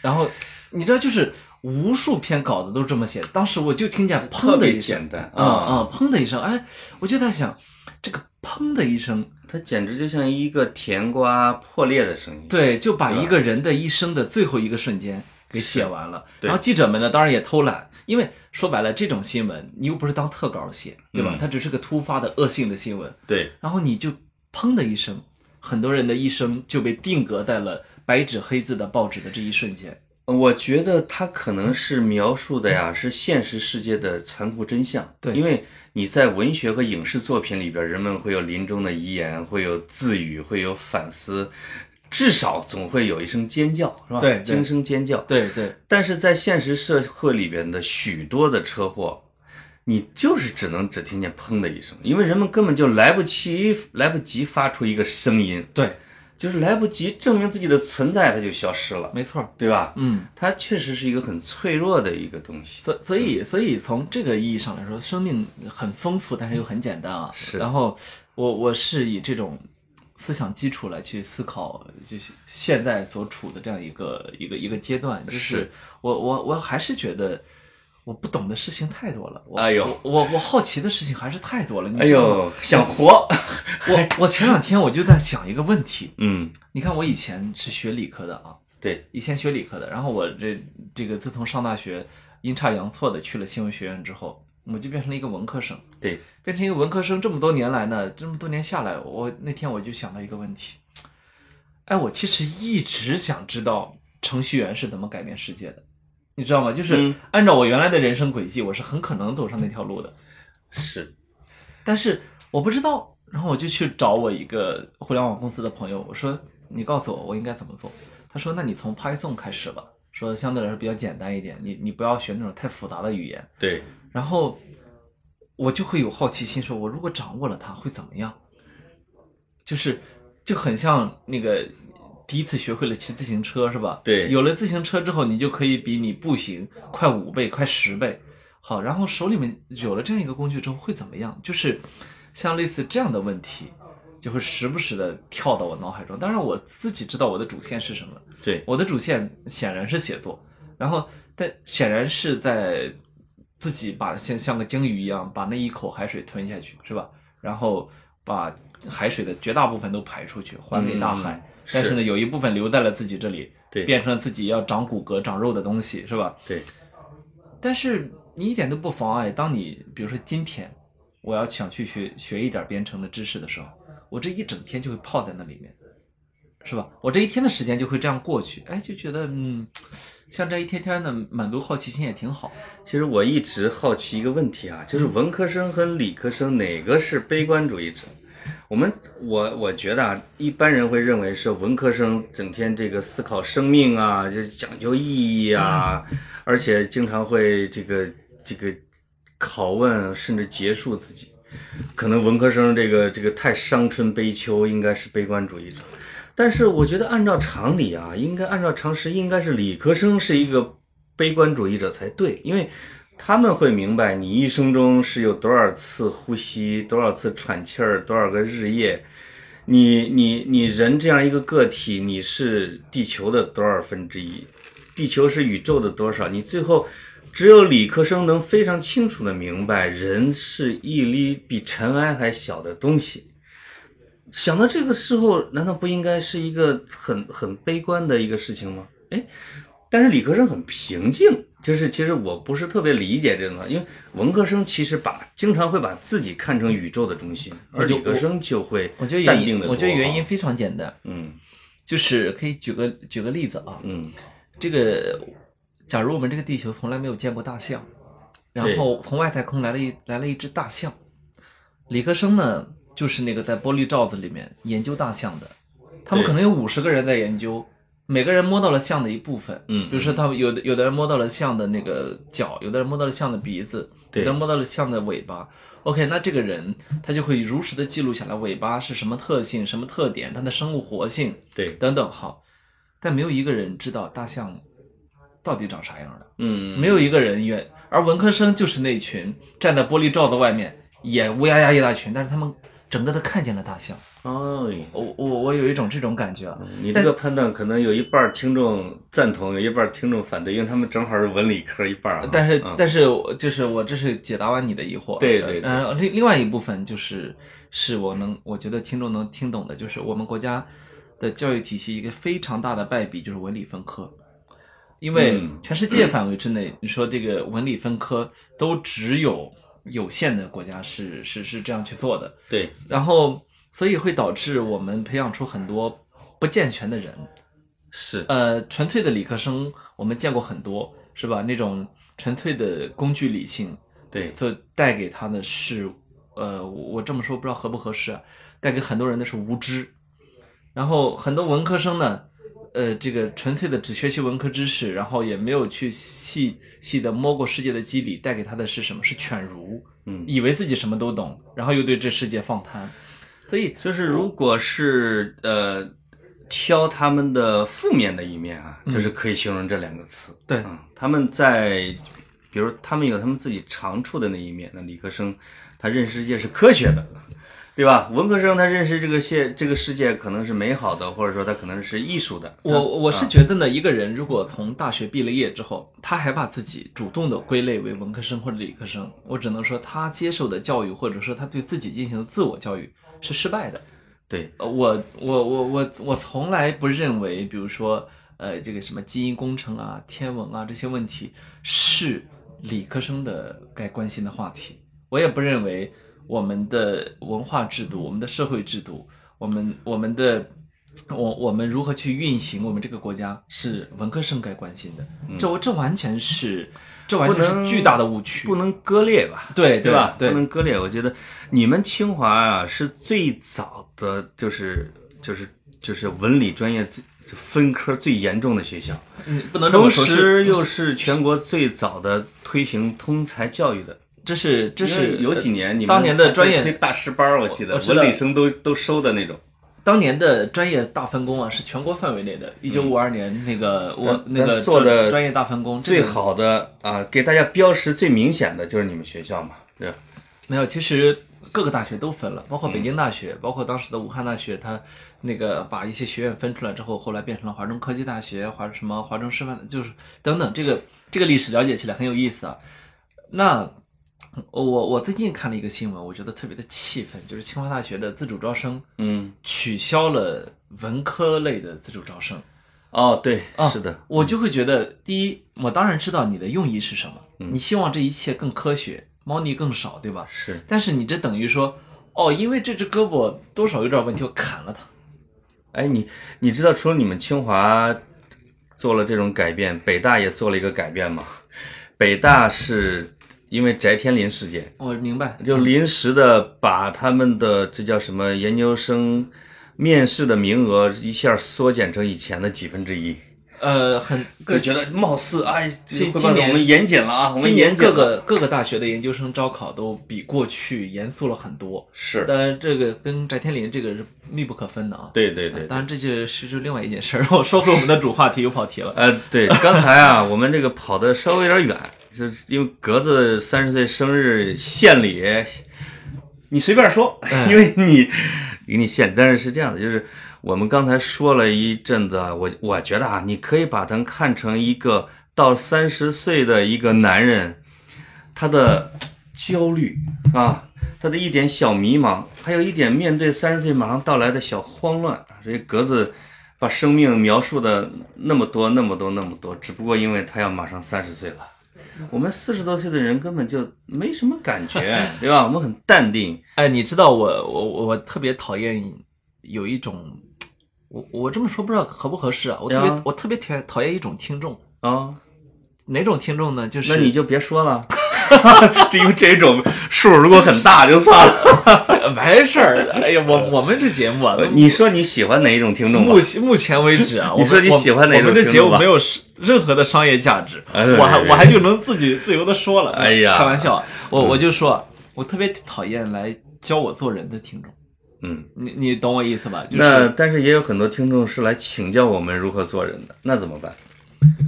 然后你知道，就是无数篇稿子都是这么写的，当时我就听见“砰”
特
的
别
一声
简，单
啊啊，砰的一声，哎，我就在想，这个“砰”的一声，
它简直就像一个甜瓜破裂的声音。，
对，就把
对吧
一个人的一生的最后一个瞬间给写完了。
对
然后记者们呢，当然也偷懒，因为说白了，这种新闻你又不是当特稿写，对吧？
嗯
它只是个突发的恶性的新闻，
对，
然后你就砰的一声，很多人的一生就被定格在了白纸黑字的报纸的这一瞬间。
我觉得它可能是描述的呀，是现实世界的残酷真相。
对
因为你在文学和影视作品里边，人们会有临终的遗言，会有自语，会有反思，至少总会有一声尖叫，是吧？
对对
惊声尖叫。
对对
但是在现实社会里边的许多的车祸，你就是只能只听见砰的一声，因为人们根本就来不及来不及发出一个声音，
对，
就是来不及证明自己的存在，它就消失了，
没错儿。
对吧？
嗯，
它确实是一个很脆弱的一个东西。
所所以所以从这个意义上来说，生命很丰富，但是又很简单啊。
是
然后我我是以这种思想基础来去思考，就是现在所处的这样一个一个一个阶段，就是
是
我我我还是觉得。我不懂的事情太多了，我
哎呦
我我我好奇的事情还是太多了。你
哎
知道吗，
呦，想活，
我我前两天我就在想一个问题，
嗯，
你看我以前是学理科的啊，
对，
以前学理科的，然后我这这个自从上大学阴差阳错的去了新闻学院之后，我就变成了一个文科生。
对，
变成一个文科生，这么多年来呢，这么多年下来，我那天我就想到一个问题，哎，我其实一直想知道程序员是怎么改变世界的，你知道吗？就是
嗯
按照我原来的人生轨迹，我是很可能走上那条路的，
是，
但是我不知道。然后我就去找我一个互联网公司的朋友，我说：“你告诉我我应该怎么做？”他说：“那你从 Python 开始吧，说相对来说比较简单一点，你你不要学那种太复杂的语言。”
对，
然后我就会有好奇心，说我如果掌握了它会怎么样？就是就很像那个第一次学会了骑自行车是吧？
对
有了自行车之后，你就可以比你步行快五倍、快十倍。好，然后手里面有了这样一个工具之后会怎么样？就是像类似这样的问题，就会时不时的跳到我脑海中。当然，我自己知道我的主线是什么，
对，
我的主线显然是写作，然后但显然是在自己把像像个鲸鱼一样把那一口海水吞下去，是吧？然后把海水的绝大部分都排出去，还给大海。
嗯
但是呢，，有一部分留在了自己这里，
对
变成了自己要长骨骼、长肉的东西，是吧？
对，
但是你一点都不妨碍，当你比如说今天我要想去学学一点编程的知识的时候，我这一整天就会泡在那里面，是吧？我这一天的时间就会这样过去，哎，就觉得嗯，像这一天天的满足好奇心也挺好。
其实我一直好奇一个问题啊，就是文科生和理科生哪个是悲观主义者？我们我我觉得啊，一般人会认为是文科生整天这个思考生命啊，就讲究意义啊，而且经常会这个这个拷问甚至结束自己。可能文科生这个这个太伤春悲秋，应该是悲观主义者。但是我觉得按照常理啊，应该按照常识，应该是理科生是一个悲观主义者才对，因为他们会明白你一生中是有多少次呼吸，多少次喘气儿，多少个日夜。你你你人这样一个个体，你是地球的多少分之一？地球是宇宙的多少？你最后只有理科生能非常清楚的明白，人是一粒比尘埃还小的东西。想到这个时候，难道不应该是一个很很悲观的一个事情吗？哎，但是理科生很平静，就是其实我不是特别理解这种，因为文科生其实把经常会把自己看成宇宙的中心，而
我就
理科生就会
我觉得
淡
原
定啊
因，
的
我觉得原因，非常简单，
嗯
就是可以举个举个例子啊，
嗯，
这个假如我们这个地球从来没有见过大象，然后从外太空来了一来了一只大象，理科生呢就是那个在玻璃罩子里面研究大象的，他们
对
可能有五十个人在研究，每个人摸到了象的一部分，
嗯
比如说他们有的有的人摸到了象的那个脚，有的人摸到了象的鼻子，有
对
的人摸到了象的尾巴。OK，那这个人他就会如实的记录下来尾巴是什么特性、什么特点、它的生物活性，
对，
等等，好，但没有一个人知道大象到底长啥样的，
嗯
没有一个人愿。而文科生就是那群站在玻璃罩子外面，也乌压压一大群，但是他们整个的看见了大象。
哎。
我我我有一种这种感觉啊，
你这个判断可能有一半儿听众赞同，有一半儿听众反对，因为他们正好是文理科一半儿啊。
但是、
嗯
但是我就是我这是解答完你的疑惑，
对对对
嗯、另另外一部分就是是我能我觉得听众能听懂的，就是我们国家的教育体系一个非常大的败笔就是文理分科，因为
嗯
全世界范围之内，你说这个文理分科都只有有限的国家是是是这样去做的，
对
然后所以会导致我们培养出很多不健全的人，
是，
呃，纯粹的理科生我们见过很多，是吧？那种纯粹的工具理性，
对
所带给他的是，呃，我我这么说不知道合不合适啊，带给很多人的是无知。然后很多文科生呢，呃，这个纯粹的只学习文科知识，然后也没有去细细的摸过世界的机理，带给他的是什么？是犬儒，
嗯，
以为自己什么都懂，然后又对这世界放贪。所以
就是如果是呃挑他们的负面的一面啊，
嗯
就是可以形容这两个词。
对
嗯，他们在，比如他们有他们自己长处的那一面，那理科生他认识世界是科学的。 对吧？文科生他认识这个世这个世界可能是美好的，或者说他可能是艺术的。
我我是
啊
觉得呢，一个人如果从大学毕了业之后，他还把自己主动的归类为文科生或者理科生，我只能说他接受的教育或者说他对自己进行的自我教育是失败的。
对
呃，我我我我我从来不认为，比如说呃这个什么基因工程啊、天文啊这些问题是理科生的该关心的话题。我也不认为我们的文化制度、我们的社会制度、我们我们的我我们如何去运行我们这个国家是文科生该关心的。这这完全是这完
嗯不
全
能
是巨大的误区，
不能割裂吧？
对
对吧？
对
不能割裂。我觉得你们清华啊是最早的，就是就是就是文理专业最就分科最严重的学校，
嗯不能这么
同
说是。
时又
是
是全国最早的推行通才教育的。
这是这
因
是呃
为有几年你们
当年的专业
还推大师班儿，我记得
我知道
文理生都都收的那种。
当年的专业大分工啊，是全国范围内的。一九五二年那个我
咱
那个
咱嗯做的
专专业大分工
最
这个
好的啊，给大家标识最明显的就是你们学校嘛，对吧？
没有，其实各个大学都分了，包括北京大
嗯
学，包括当时的武汉大学，它那个把一些学院分出来之后，后来变成了华中科技大学、华什么华中师范，就是等等，这个这个历史了解起来很有意思啊。那我我最近看了一个新闻，我觉得特别的气愤，就是清华大学的自主招生
嗯，
取消了文科类的自主招生。
哦，对，
啊
是的，
我就会觉得，第一，我当然知道你的用意是什么，
嗯
你希望这一切更科学，猫腻更少，对吧？
是
但是你这等于说，哦，因为这只胳膊多少有点问题，我砍了它。
哎，你你知道除了你们清华做了这种改变，北大也做了一个改变吗？北大是因为翟天临事件，
我明白，
就临时的把他们的这叫什么研究生面试的名额一下缩减成以前的几分之一，
呃，很
就
各
觉得貌似哎，
今
会把
今年
我们严谨了啊，我们
今
严
年
谨
各
了。
个各个大学的研究生招考都比过去严肃了很多，
是，
当然这个跟翟天临这个是密不可分的啊。
对对对，
当然这就是是另外一件事儿。我说回我们的主话题，又跑题了。
呃，对，刚才啊，我们这个跑的稍微有点远，就是因为格子三十岁生日献礼，你随便说，因为你给你献，但是是这样的，就是我们刚才说了一阵子啊，我我觉得啊，你可以把他看成一个到三十岁的一个男人，他的焦虑啊，他的一点小迷茫，还有一点面对三十岁马上到来的小慌乱啊。这格子把生命描述的那么多、那么多、那么多，只不过因为他要马上三十岁了。我们四十多岁的人根本就没什么感觉，对吧？我们很淡定。
哎，你知道我我我我特别讨厌有一种，我我这么说不知道合不合适啊。我特别、
呀
我特别讨讨厌一种听众，
啊、
哪种听众呢？就是
那你就别说了， 这因为这种数如果很大就算了。
完事儿。哎呀，我我们这节目啊，
呃你说你喜欢哪一种听众吧
目？前目前为止啊，我 们
你说你喜欢哪
我们我们
种
这节
听众
目
吧
没有是任何的商业价值，
哎对
我还
对对
我还就能自己自由的说了。
哎呀
开玩笑啊，我我就说啊，我特别讨厌来教我做人的听众。
嗯，
你你懂我意思吧？就
那
是
但是也有很多听众是来请教我们如何做人的，那怎么办？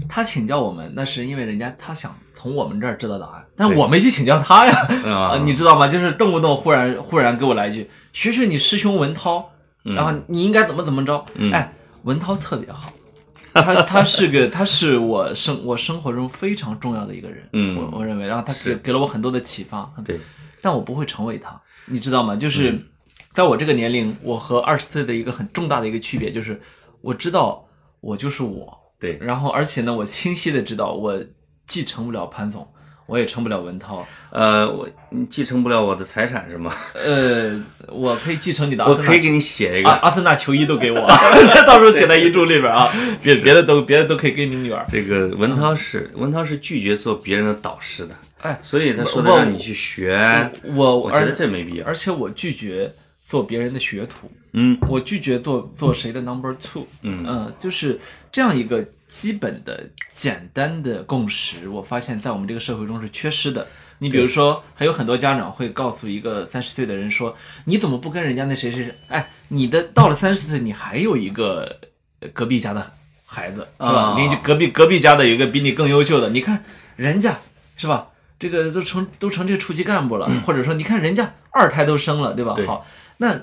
他请教我们，那是因为人家他想从我们这儿知道答案，但
对
我没去请教他呀。
啊
啊，你知道吗？就是动不动忽然忽然给我来一句，学学你师兄文涛，
嗯
然后你应该怎么怎么着。哎，文涛特别好，他他是 个他是我生我生活中非常重要的一个人，
嗯
我我认为，然后他给
是
给了我很多的启发，
对，嗯
但我不会成为他，你知道吗？就是在我这个年龄，我和二十岁的一个很重大的一个区别就是，我知道我就是我，
对，
然后而且呢，我清晰的知道我既成不了潘总，我也成不了文涛。
呃，我你继承不了我的财产是吗？
呃，我可以继承你的阿
我
森纳
可以给你写一
阿
个
阿森纳球衣都给我，啊 到时候写在遗嘱里边啊，别别的都别的都可以给你女儿。
这个文涛是文涛是拒绝做别人的导师的，
哎，
所以他说的
我
让你去学，
我
我觉得
而
这没必要
而。且我拒绝做别人的学徒，
嗯
我拒绝做做谁的 number two。
嗯
嗯，就是这样一个基本的、简单的共识，我发现在我们这个社会中是缺失的。你比如说，还有很多家长会告诉一个三十岁的人说：“你怎么不跟人家那谁谁谁？哎，你的到了三十岁，你还有一个呃隔壁家的孩子，是吧？
啊
邻居隔壁隔壁家的有一个比你更优秀的，你看人家是吧？这个都成都成这处级干部了，或者说你看人家二胎都生了，对吧？
嗯对
好，那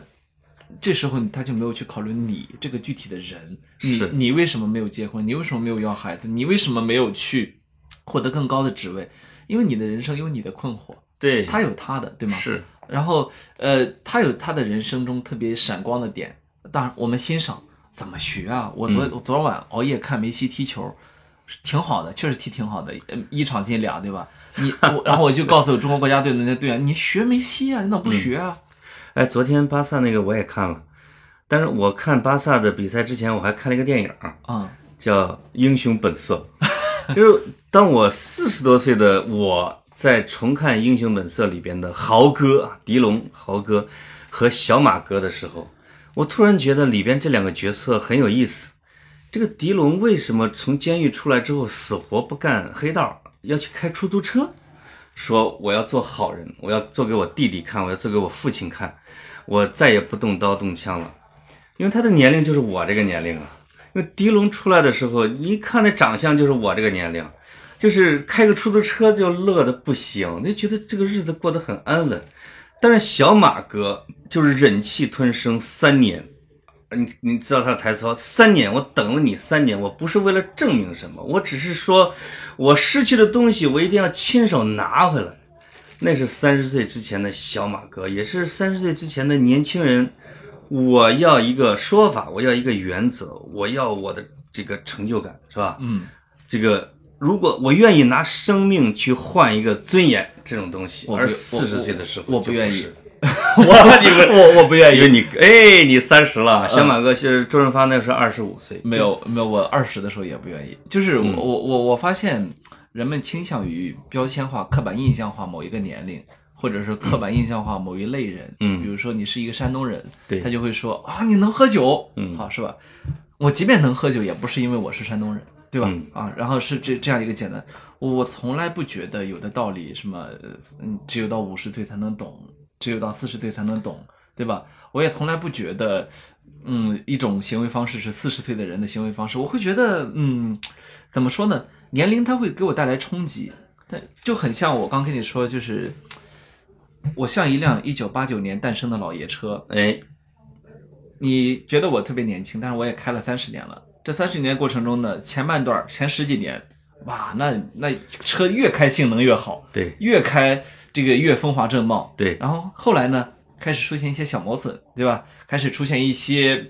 这时候他就没有去考虑你这个具体的人，你
是
你为什么没有结婚？你为什么没有要孩子？你为什么没有去获得更高的职位？因为你的人生有你的困惑，
对，
他有他的，对吗？。
是
然后呃，他有他的人生中特别闪光的
嗯
点，当然我们欣赏怎么学啊。我昨、我昨晚熬夜看梅西踢球，挺好的，确实踢挺好的，呃一场进俩，对吧？你，我然后我就告诉中国国家队的那些队员，你学梅西啊，你怎么
嗯
不学啊？
哎，昨天巴萨那个我也看了，但是我看巴萨的比赛之前，我还看了一个电影儿
嗯
叫《英雄本色》， 就是当我四十多岁的我在重看《英雄本色》里边的豪哥啊狄龙、豪哥和小马哥的时候，我突然觉得里边这两个角色很有意思。这个狄龙为什么从监狱出来之后死活不干黑道，要去开出租车？说我要做好人，我要做给我弟弟看，我要做给我父亲看，我再也不动刀动枪了，因为他的年龄就是我这个年龄啊。那狄龙出来的时候，你一看那长相就是我这个年龄，就是开个出租车就乐得不行，就觉得这个日子过得很安稳。但是小马哥就是忍气吞声三年，你你知道他的台词吗？啊三年，我等了你三年，我不是为了证明什么，我只是说我失去的东西，我一定要亲手拿回来。那是三十岁之前的小马哥，也是三十岁之前的年轻人。我要一个说法，我要一个原则，我要我的这个成就感，是吧？
嗯，
这个如果我愿意拿生命去换一个尊严这种东西，
我不
而四十岁的时候
我我
就不
不愿意
是。
我我我不愿
因为
意，
你哎，你三十
嗯
了，小马哥是周润发那时候二十五岁，
没有没有，我二十的时候也不愿意，就是我、
嗯
我我我发现人们倾向于标签化、刻板印象化某一个年龄。或者是刻板印象化某一类人，
嗯
比如说你是一个山东人，
对
他就会说啊，你能喝酒，啊
嗯
好是吧？我即便能喝酒，也不是因为我是山东人，对吧？
嗯
啊，然后是这这样一个简单，我我从来不觉得有的道理什么，呃嗯，只有到五十岁才能懂，只有到四十岁才能懂，对吧？我也从来不觉得，嗯，一种行为方式是四十岁的人的行为方式，我会觉得，嗯，怎么说呢？年龄它会给我带来冲击，但就很像我刚跟你说，就是我像一辆一九八九年诞生的老爷车，
哎，
你觉得我特别年轻，但是我也开了三十年了。这三十年过程中呢，前半段儿前十几年，哇，那那车越开性能越好，
对
越开这个越风华正茂。
对，
然后后来呢，开始出现一些小磨损，对吧？开始出现一些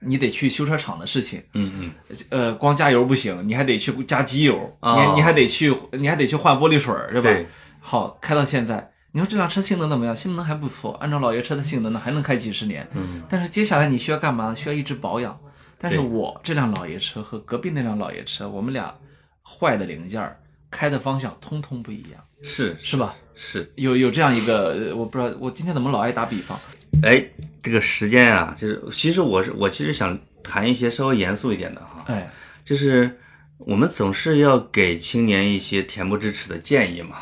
你得去修车厂的事情，
嗯嗯，
呃，光加油不行，你还得去加机油，
哦
你你还得去你还得去换玻璃水儿，对吧？
对
好，开到现在，你说这辆车性能怎么样？性能还不错，按照老爷车的性能呢，还能开几十年。
嗯，
但是接下来你需要干嘛呢？需要一直保养。但是
对
我这辆老爷车和隔壁那辆老爷车，我们俩坏的零件儿、开的方向通通不一样，
是
是吧？
是，
有有这样一个，呃我不知道我今天怎么老爱打比方。
哎，这个时间啊，就是其实我是我其实想谈一些稍微严肃一点的哈，
哎，
就是我们总是要给青年一些恬不知耻的建议嘛，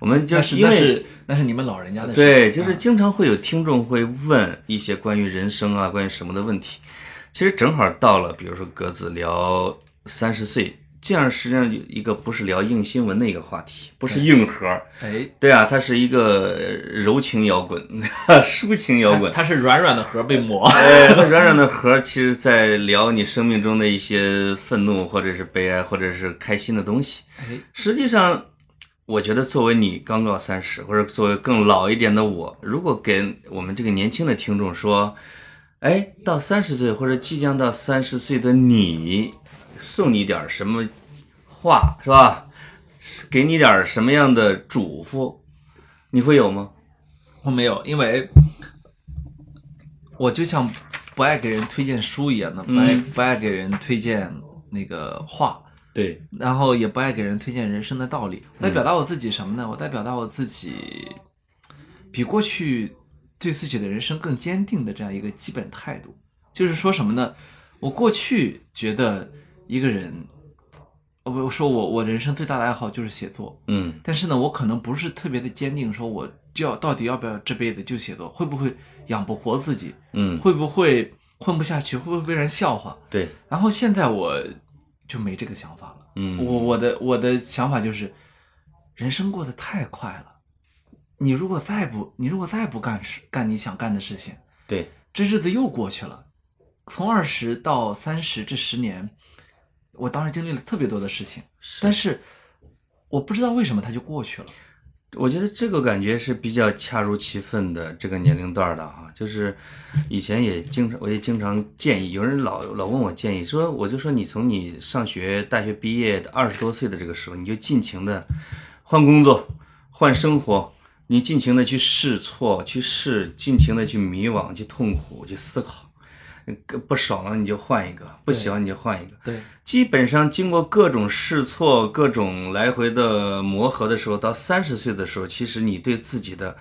我们就
那是
因
那
为
是那是你们老人家的事情。
对，就是
啊
经常会有听众会问一些关于人生啊、关于什么的问题。其实正好到了，比如说格子聊三十岁，这样实际上有一个不是聊硬新闻的一个话题，不是硬核儿。
哎，
对啊，它是一个呃柔情摇滚、 抒情摇滚。
它是软软的核被 磨。
哎，和软软的核，其实在聊你生命中的一些愤怒，或者是悲哀，或者是开心的东西。
哎，
实际上，我觉得作为你刚刚三十，或者作为更老一点的我，如果给我们这个年轻的听众说，哎，到三十岁或者即将到三十岁的你，送你点儿什么话是吧？是给你点儿什么样的嘱咐，你会有吗？
我没有，因为我就像不爱给人推荐书一样的，不爱、
嗯
不爱给人推荐那个话，
对，
然后也不爱给人推荐人生的道理。我在表达我自己什么呢？我在表达我自己比过去对自己的人生更坚定的这样一个基本态度。就是说什么呢？我过去觉得一个人，呃我我说我我人生最大的爱好就是写作，
嗯
但是呢，我可能不是特别的坚定，说我就要到底要不要这辈子就写作，会不会养不活自己，
嗯，
会不会混不下去，会不会被人笑话？
对，
然后现在我就没这个想法了。
嗯，
我我的我的想法就是，人生过得太快了，你如果再不你如果再不干事干你想干的事情，
对，
这日子又过去了。从二十到三十这十年，我当时经历了特别多的事情，但
是
是我不知道为什么它就过去了。
我觉得这个感觉是比较恰如其分的这个年龄段儿的哈、就是以前也经常，我也经常建议，有人老老问我建议，说我就说你从你上学、大学毕业二十多岁的这个时候，你就尽情的换工作、换生活，你尽情的去试错、去试，尽情的去迷惘、去痛苦、去思考，呃不爽了你就换一个，不喜欢你就换一个。
对，
基本上经过各种试错、各种来回的磨合的时候，到三十岁的时候，其实你对自己的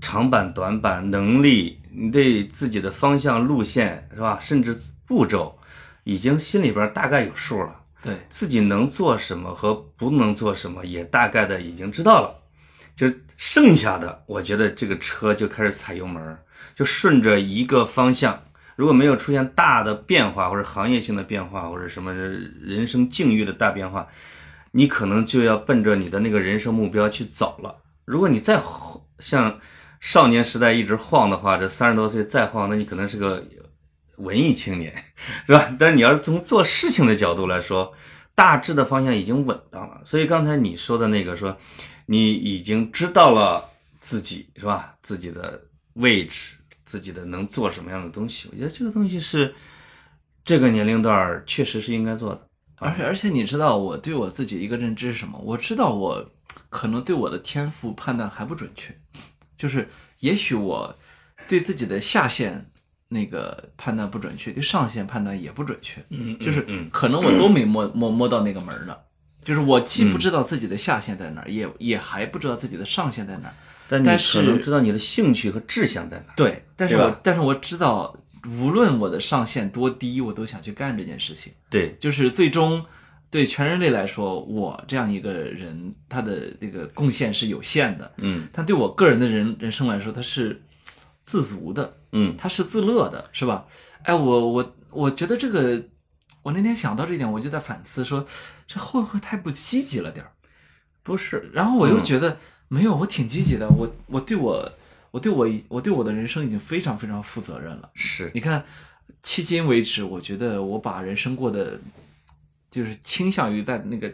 长板、短板、能力，你对自己的方向、路线是吧，甚至步骤，已经心里边大概有数了。
对，
自己能做什么和不能做什么，也大概的已经知道了。就是剩下的，我觉得这个车就开始踩油门儿，就顺着一个方向。如果没有出现大的变化，或者行业性的变化，或者什么人生境遇的大变化，你可能就要奔着你的那个人生目标去走了。如果你再晃像少年时代一直晃的话，这三十多岁再晃，那你可能是个文艺青年，是吧？但是你要是从做事情的角度来说，大致的方向已经稳当了。所以刚才你说的那个说，你已经知道了自己是吧？自己的位置，自己的能做什么样的东西，我觉得这个东西是这个年龄段儿确实是应该做的。
而且而且你知道我对我自己一个认知是什么？我知道我可能对我的天赋判断还不准确，就是也许我对自己的下限那个判断不准确，对上限判断也不准确，
嗯
就是
嗯
可能我都没摸 摸摸到那个门儿呢。就是我既不知道自己的下限在哪儿，也也还不知道自己的上限在哪儿。
但你
但是
可能知道你的兴趣和志向在哪儿。
对，但是
对吧
我但是我知道，无论我的上限多低，我都想去干这件事情。
对，
就是最终对全人类来说，我这样一个人，他的这个贡献是有限的，
嗯
但对我个人的人人生来说，他是自足的，
嗯
他是自乐的，是吧？哎，我我我觉得这个，我那天想到这一点，我就在反思说，这会不会太不积极了点儿？
不是，
然后我又
嗯
觉得、没有，我挺积极的，我我对我我对我我对我的人生已经非常非常负责任了。
是
你看，迄今为止，我觉得我把人生过得，就是倾向于在那个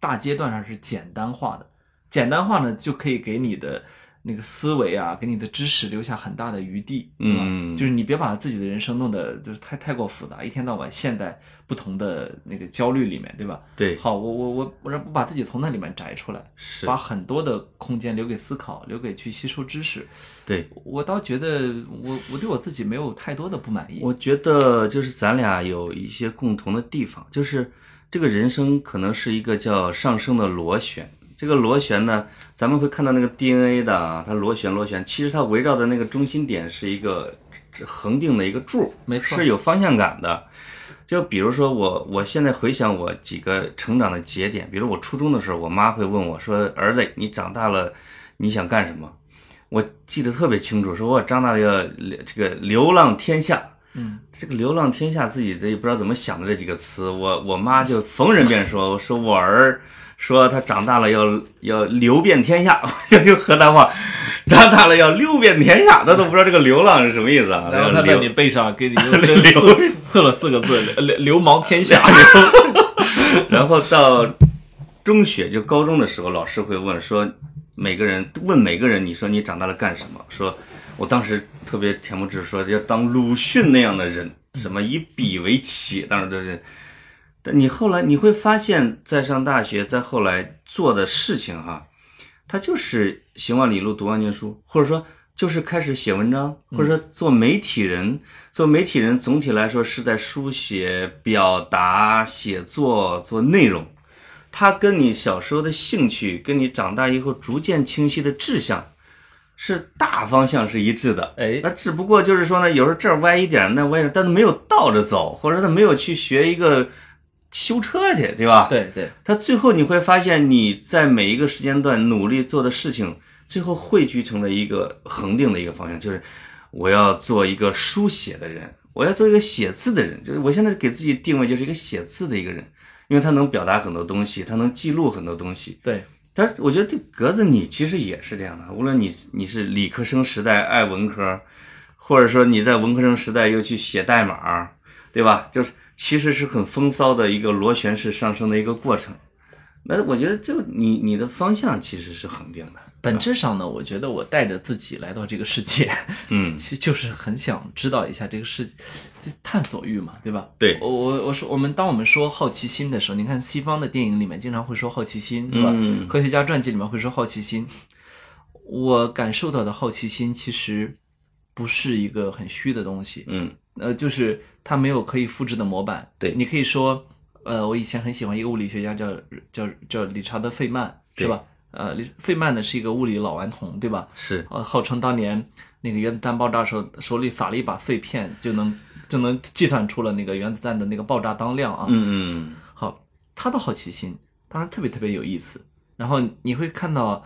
大阶段上是简单化的。简单化呢，就可以给你的那个思维啊，给你的知识留下很大的余地，是吧
嗯
就是你别把自己的人生弄得就是太太过复杂，一天到晚陷在不同的那个焦虑里面，对吧？
对，
好，我我我我让我把自己从那里面摘出来，
是
把很多的空间留给思考，留给去吸收知识。
对。
我倒觉得我我对我自己没有太多的不满意。
我觉得就是咱俩有一些共同的地方，就是这个人生可能是一个叫上升的螺旋。这个螺旋呢，咱们会看到那个 DNA 的啊，它螺旋螺旋，其实它围绕的那个中心点是一个恒定的一个柱，
没错
是有方向感的。就比如说我，我现在回想我几个成长的节点，比如我初中的时候，我妈会问我说：“儿子，你长大了你想干什么？”我记得特别清楚，说我长大了要这个流浪天下，
嗯，
这个“流浪天下”自己这也不知道怎么想的这几个词，我我妈就逢人便说，说我儿说他长大了要要流遍天下， 我就就河南话，长大了要溜遍天下，他都不知道这个“流浪”是什么意思啊？
然后他在
流
你背上给你
流
刺刺了四个 字“流流氓天下
然后到中学就高中的时候，老师会问说，每个人问每个人，你说你长大了干什么？说我当时特别恬不知耻，说要当鲁迅那样的人，什么以笔为起，当时都是。但你后来你会发现，在上大学，再后来做的事情哈、他就是行万里路，读万卷书，或者说就是开始写文章，或者说做媒体人。做媒体人总体来说是在书写、表达、写作、做内容，它跟你小时候的兴趣，跟你长大以后逐渐清晰的志向，是大方向是一致的。”。
哎
那，只不过就是说呢，有时候这儿歪一点儿，那歪一点儿，但是没有倒着走，或者他没有去学一个修车去，对吧？。
对对，
他最后你会发现，你在每一个时间段努力做的事情，最后汇聚成了一个恒定的一个方向，就是我要做一个书写的人，我要做一个写字的人，就是我现在给自己定位就是一个写字的一个人，因为他能表达很多东西，他能记录很多东西。
对，
但是我觉得这格子你其实也是这样的，无论你你是理科生时代爱文科，或者说你在文科生时代又去写代码，对吧？就是其实是很风骚的一个螺旋式上升的一个过程。那我觉得就你你的方向其实是恒定的，
本质上呢，我觉得我带着自己来到这个世界，
嗯，
其实就是很想知道一下这个世界，这探索欲嘛，对吧？
对
我我我说，我们当我们说好奇心的时候，你看西方的电影里面经常会说好奇心，对吧？
嗯
科学家传记里面会说好奇心，我感受到的好奇心其实不是一个很虚的东西，
嗯
呃，就是它没有可以复制的模板。
对
你可以说，呃，我以前很喜欢一个物理学家叫叫叫理查德费曼，是
对
吧？呃，理费曼呢是一个物理老顽童，对吧？
是，
呃，号称当年那个原子弹爆炸时候手里撒了一把碎片就能就能计算出了那个原子弹的那个爆炸当量啊。
嗯嗯
好，他的好奇心当然特别特别有意思。然后你会看到，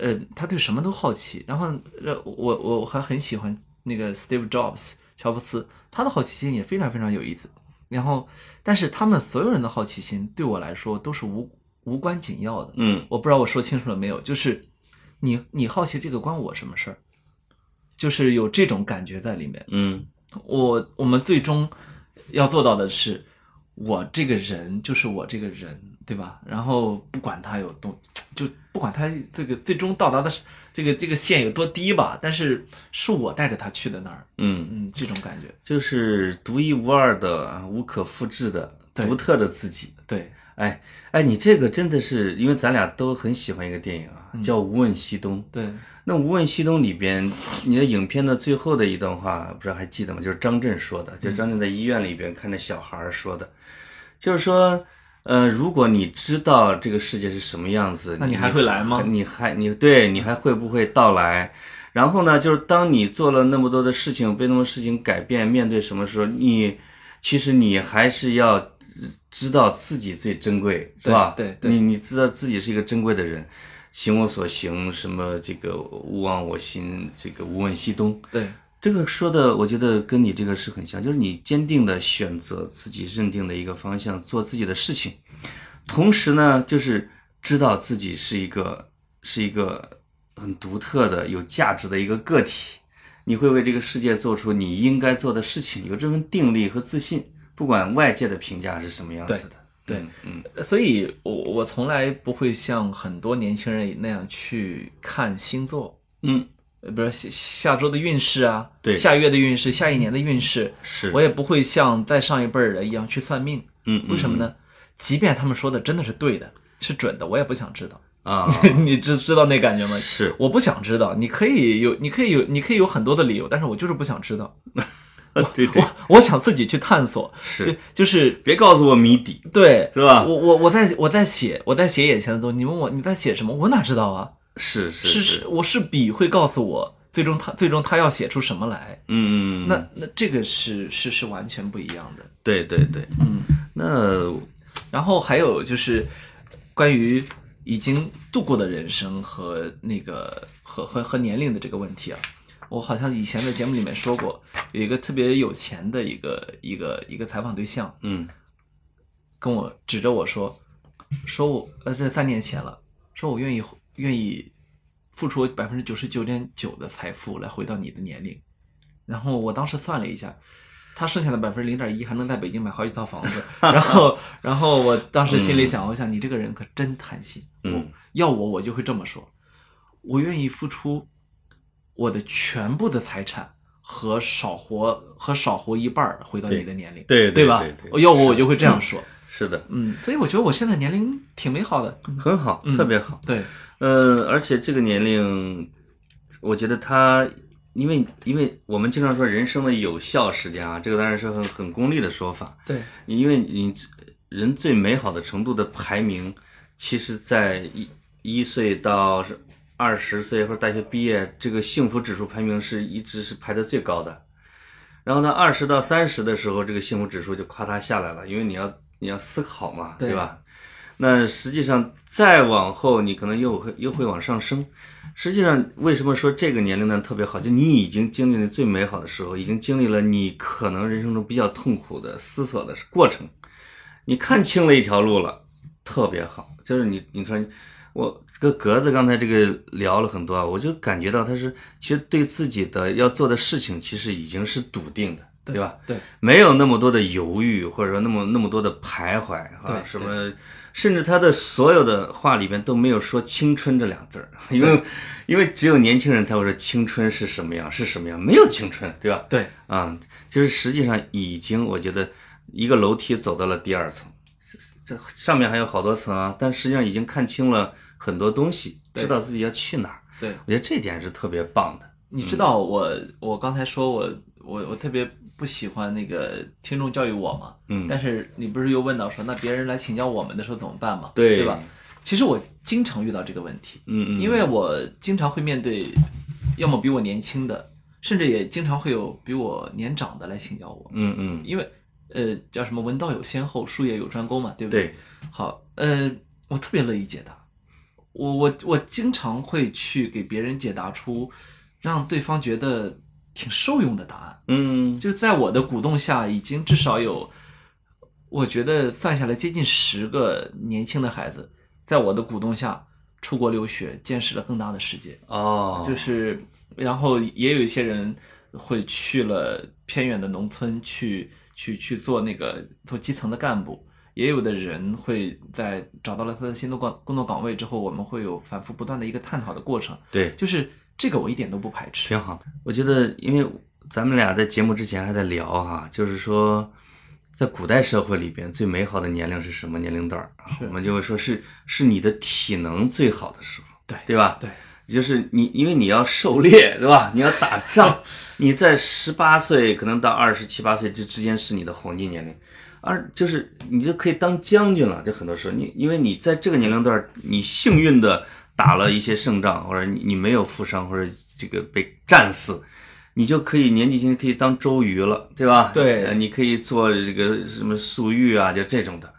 呃，他对什么都好奇。然后，呃，我我我还很喜欢那个 Steve Jobs 乔布斯，他的好奇心也非常非常有意思。然后，但是他们所有人的好奇心对我来说都是无无关紧要的。
嗯，
我不知道我说清楚了没有，就是你你好奇这个关我什么事儿，就是有这种感觉在里面。
嗯
我我们最终要做到的是，我这个人就是我这个人，对吧？然后不管他有多，就不管他这个最终到达的是这个这个线有多低吧，但是是我带着他去的那儿，
嗯，
嗯，这种感觉，
就是独一无二的、无可复制的、
对
独特的自己。
对，
哎哎，你这个真的是，因为咱俩都很喜欢一个电影啊，
嗯
叫《无问西东》。
对，
那《无问西东》里边，你的影片的最后的一段话，不知道还记得吗？就是张震说的，
嗯
就是张震在医院里边看着小孩儿说的，就是说，呃，如果你知道这个世界是什么样子，
那你还会来吗
你还你对你还会不会到来？然后呢，就是当你做了那么多的事情，被那么多事情改变，面对什么时候，你其实你还是要知道自己最珍贵，是
对
吧？
对对
你你知道自己是一个珍贵的人，行我所行，什么这个勿忘我心，这个无问西东。
对，
这个说的，我觉得跟你这个是很像，就是你坚定的选择自己认定的一个方向，做自己的事情，同时呢，就是知道自己是一个是一个很独特的、有价值的一个个体，你会为这个世界做出你应该做的事情，有这份定力和自信，不管外界的评价是什么样子的。
对对
嗯，嗯
所以我我从来不会像很多年轻人那样去看星座，
嗯，
呃，比如下下周的运势啊，
对
下月的运势，下一年的运势，
是，
我也不会像再上一辈儿人一样去算命。
嗯，嗯
为什么呢？即便他们说的真的是对的，是准的，我也不想知道。
啊？
你知知道那感觉吗？
是，
我不想知道。你可以有，你可以有，你可以有很多的理由，但是我就是不想知道。
对对
我我想自己去探索。
是
对，，就是
别告诉我谜底，
对，
是吧
我我我在我在写我在写眼前的东西。你问我你在写什么，我哪知道啊？
是是嗯
是是，，我是笔会告诉我，最终他最终他要写出什么来。
嗯嗯，嗯
那那这个是是是完全不一样的，
对对对，
嗯。
那
然后还有就是关于已经度过的人生和那个和和和年龄的这个问题啊，我好像以前在节目里面说过，有一个特别有钱的一个一个一个采访对象
嗯
跟我指着我说，说我呃这是三年前了，说我愿意愿意付出百分之九十九点九的财富来回到你的年龄，然后我当时算了一下，他剩下的百分之零点一还能在北京买好几套房 子，然后，然后我当时心里想，我想你这个人可真贪心，我
嗯
要我我就会这么说，我愿意付出我的全部的财产和少活和少活一半儿回到你的年龄，
对对对
吧
对对？
我要我我就会这样说，
是的，
嗯，所以我觉得我现在年龄挺美好的，嗯
很好，
嗯
特别好。
对，
呃，而且这个年龄，我觉得他，因为因为我们经常说人生的有效时间啊，这个当然是很很功利的说法，
对，
因为你人最美好的程度的排名，其实在一一岁到二十岁或者大学毕业，这个幸福指数排名是一直是排的最高的。然后呢，二十到三十的时候，这个幸福指数就咔嗒下来了，因为你要你要思考嘛，
对
对吧？那实际上再往后，你可能又会又会往上升。实际上，为什么说这个年龄段特别好？就你已经经历了最美好的时候，已经经历了你可能人生中比较痛苦的思索的过程，你看清了一条路了，特别好。就是你，你突然，我这个格子刚才这个聊了很多啊，我就感觉到他是其实对自己的要做的事情，其实已经是笃定的。对吧？？
对，
没有那么多的犹豫，或者说那么那么多的徘徊啊
对，
什么，甚至他的所有的话里边都没有说“青春”这俩字儿， 因为因为只有年轻人才会说青春是什么样，是什么样，没有青春，对吧？
对，
啊，就是实际上已经，我觉得一个楼梯走到了第二层，这这上面还有好多层啊，但实际上已经看清了很多东西，
对
知道自己要去哪儿。
对，
我觉得这点是特别棒的。
你知道我我刚才说我我我特别不喜欢那个听众教育我嘛，
嗯，
但是你不是又问到说那别人来请教我们的时候怎么办嘛？
对
对吧？？其实我经常遇到这个问题，
嗯嗯，
因为我经常会面对，要么比我年轻的，甚至也经常会有比我年长的来请教我，
嗯嗯
因为呃叫什么文道有先后，术业有专攻嘛，对不
对，
好，呃，我特别乐意解答，我我我经常会去给别人解答出让对方觉得挺受用的答案，
嗯
就在我的鼓动下，已经至少有，我觉得算下来接近十个年轻的孩子，在我的鼓动下出国留学，见识了更大的世界。
哦，
就是，然后也有一些人会去了偏远的农村去去去做那个做基层的干部，也有的人会在找到了他的新的工工作岗位之后，我们会有反复不断的一个探讨的过程。
对，
就是这个我一点都不排斥。
挺好的。我觉得，因为咱们俩在节目之前还在聊哈，就是说，在古代社会里边，最美好的年龄是什么年龄段儿啊？
是
我们就会说是是你的体能最好的时候，
对
对吧？
对，
就是你，因为你要狩猎，对吧？你要打 仗，你在十八岁可能到二十七八岁这之间是你的黄金年龄，而就是你就可以当将军了。这很多时候，你因为你在这个年龄段儿，你幸运的打了一些胜仗，或者你你没有负伤，或者这个被战死，你就可以年纪轻可以当周瑜了，对吧？
对
呃你可以做这个什么粟裕啊，就这种的。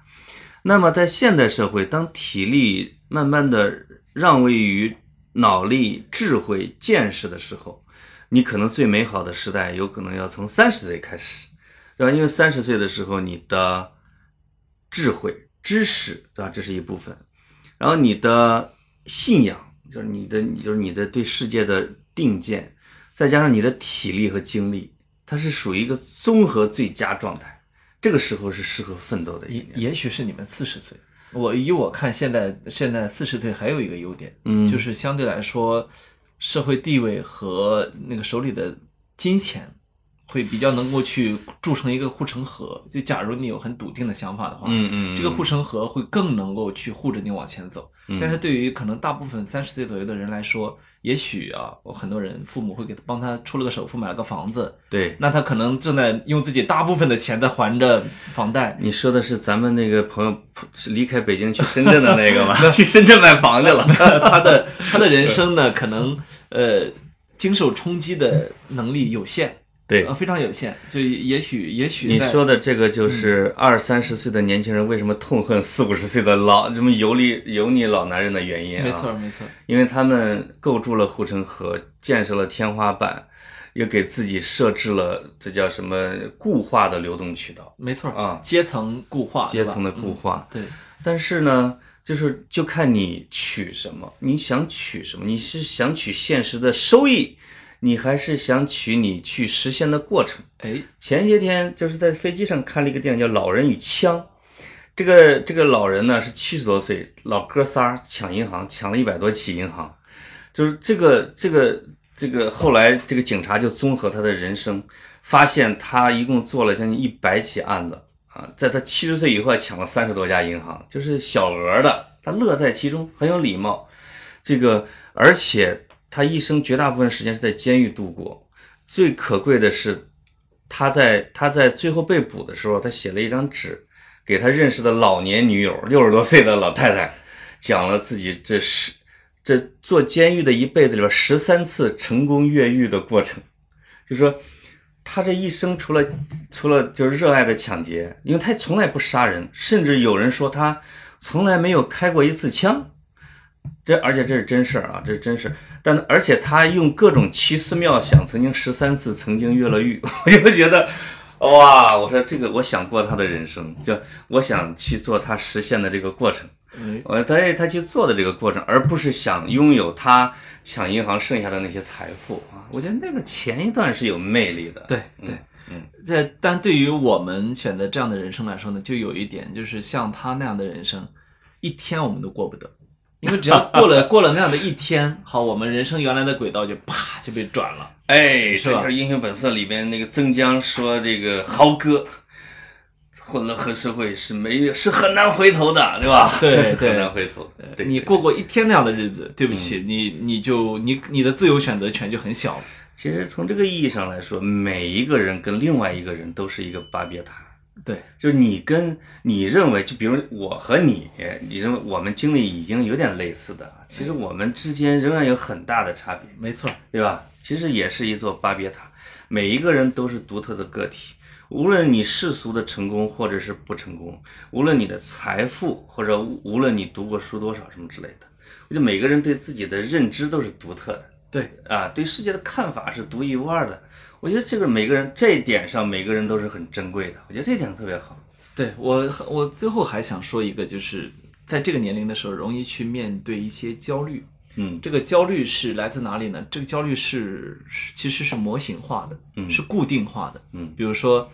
那么在现代社会，当体力慢慢的让位于脑力、智慧、见识的时候，你可能最美好的时代有可能要从三十岁开始，对吧？因为三十岁的时候，你的智慧、知识，对吧？这是一部分，然后你的信仰，就是你的，就是你的对世界的定见，再加上你的体力和精力，它是属于一个综合最佳状态。这个时候是适合奋斗的一
也
年。
也许是你们四十岁，我以我看现在现在四十岁还有一个优点，
嗯
就是相对来说社会地位和那个手里的金钱。会比较能够去铸成一个护城河。就假如你有很笃定的想法的话，
嗯嗯，
这个护
士，
城河会更能够去护着你往前走。
嗯
但是对于可能大部分三十岁左右的人来说，也许啊，我很多人父母会给他帮他出了个首付买了个房子，
对，
那他可能正在用自己大部分的钱在还着房贷。
你说的是咱们那个朋友是离开北京去深圳的 那个吗？去深圳买房去了。
他的他的人生呢，可能呃经受冲击的能力有限，
对
呃，，非常有限。就也许也许
你
在
说的这个
嗯
就是二三十岁的年轻人为什么痛恨四五十岁的老这么油腻油腻老男人的原因啊？
没错，没错，
因为他们构筑了护城河，建设了天花板，又给自己设置了这叫什么固化的流动渠道，
没错
啊
阶层固化，
阶层的
对吧
固化。
嗯对，
但是呢，就是就看你取什么，你想取什么？你是想取现实的收益，你还是想取你去实现的过程？
哎，
前些天就是在飞机上看了一个电影叫《老人与枪》，这个这个老人呢是七十多岁，老哥仨儿抢银行，抢了一百多起银行，就是这个这个这个后来这个警察就综合他的人生，发现他一共做了将近一百起案子啊，在他七十岁以后还抢了三十多家银行，就是小额的，他乐在其中，很有礼貌。这个而且他一生绝大部分时间是在监狱度过，最可贵的是，他在他在最后被捕的时候，他写了一张纸，给他认识的老年女友六十多岁的老太太，讲了自己这十这坐监狱的一辈子里边十三次成功越狱的过程，就说。他这一生除了除了就是热爱的抢劫，因为他从来不杀人，甚至有人说他从来没有开过一次枪，这而且这是真事儿啊，这是真事儿。但而且他用各种奇思妙想，曾经十三次曾经越了狱， 我就觉得，哇！我说这个，我想过他的人生，就我想去做他实现的这个过程。
哎，
我他他去做的这个过程，而不是想拥有他抢银行剩下的那些财富啊。我觉得那个前一段是有魅力的。
对
嗯
对，
嗯，
在但对于我们选择这样的人生来说呢，就有一点就是像他那样的人生，一天我们都过不得，因为只 要过了过了那样的一天，好，我们人生原来的轨道就啪就被转了。
哎，
是
这
吧
就是《英雄本色》里边那个曾江说，这个豪哥混了黑社会是没是很难回头的，对吧？
啊对
是
对
很难回头的。对，
呃你
对嗯
过过一天那样的日子，对不起，你你就你你的自由选择权就很小了。
其实从这个意义上来说，每一个人跟另外一个人都是一个巴别塔。
对，
就是你跟你认为，就比如我和你，你认为我们经历已经有点类似的，其
哎
实我们之间仍然有很大的差别。
没错，
对吧？其实也是一座巴别塔，每一个人都是独特的个体。无论你世俗的成功或者是不成功，无论你的财富或者无论你读过书多少什么之类的，我觉得每个人对自己的认知都是独特的
对，
啊，对世界的看法是独一无二的。我觉得这个每个人这一点上，每个人都是很珍贵的。我觉得这点特别好。
对我，我最后还想说一个，就是在这个年龄的时候，容易去面对一些焦虑。
嗯，
这个焦虑是来自哪里呢？这个焦虑是是其实是模型化的，
嗯
是固定化的。
嗯
比如说，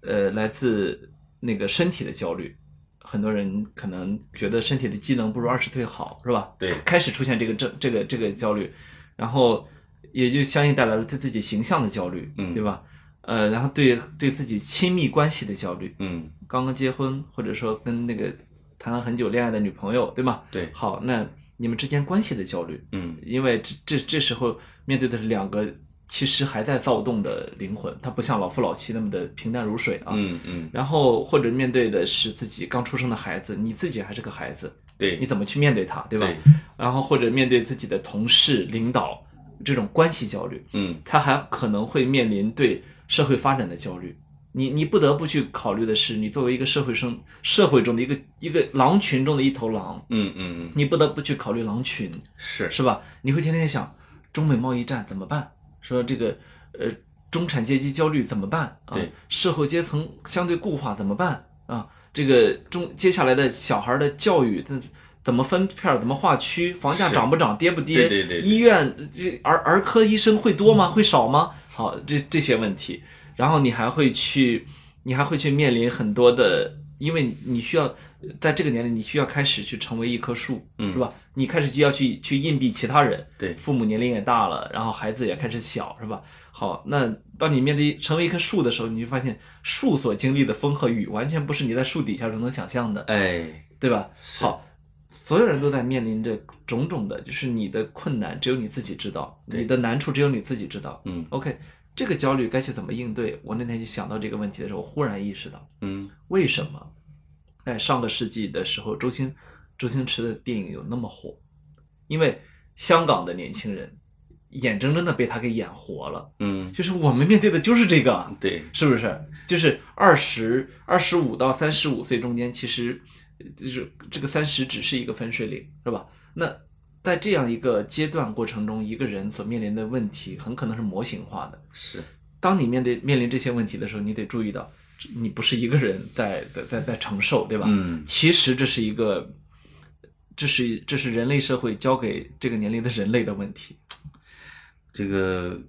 呃，来自那个身体的焦虑，很多人可能觉得身体的机能不如二十岁好，是吧？
对
开始出现这个这这个这个焦虑，然后也就相应带来了对自己形象的焦虑，
嗯
对吧？呃，然后对对自己亲密关系的焦虑，
嗯，
刚刚结婚，或者说跟那个谈了很久恋爱的女朋友，对吗？
对，
好，那你们之间关系的焦虑，
嗯
因为这这这时候面对的是两个其实还在躁动的灵魂，它不像老夫老妻那么的平淡如水啊。
嗯嗯，
然后或者面对的是自己刚出生的孩子，你自己还是个孩子，
对
你怎么去面对他，对吧？
对，
然后或者面对自己的同事、领导这种关系焦虑，
嗯
他还可能会面临对社会发展的焦虑。你你不得不去考虑的是，你作为一个社会生社会中的一个一个狼群中的一头狼，
嗯嗯嗯，
你不得不去考虑狼群，
是
是吧？你会天天想中美贸易战怎么办？说这个呃中产阶级焦虑怎么办啊
对？
社会阶层相对固化怎么办啊？这个中接下来的小孩的教育怎怎么分片儿，怎么划区，房价
是
涨不涨，跌不跌？
对对对对嗯
医院这儿儿科医生会多吗？会少吗？好，这这些问题，然后你还会去，你还会去面临很多的。因为你需要在这个年龄，你需要开始去成为一棵树，
嗯
是吧？你开始就要去去硬币其他人，
对
父母年龄也大了，然后孩子也开始小，是吧？好，那当你面对成为一棵树的时候，你就发现树所经历的风和雨，完全不是你在树底下就能想象的，
哎，
对吧？
是
好，所有人都在面临着种种的，就是你的困难只有你自己知道，
对
你的难处只有你自己知道。
嗯
OK，这个焦虑该去怎么应对？我那天就想到这个问题的时候，我忽然意识到，
嗯
为什么在上个世纪的时候，周星周星驰的电影有那么火？因为香港的年轻人眼睁睁的被他给演活了。
嗯，
就是我们面对的就是这个，
对。
是不是？就是二十二十五到三十五岁中间，其实呃就是这个三十只是一个分水岭，是吧？那在这样一个阶段过程中，一个人所面临的问题很可能是模型化的。
是，
当你面对面临这些问题的时候，你得注意到，这你不是一个人在在在在承受，对吧？
嗯，
其实这是一个，这是这是人类社会交给这个年龄的人类的问题。
这个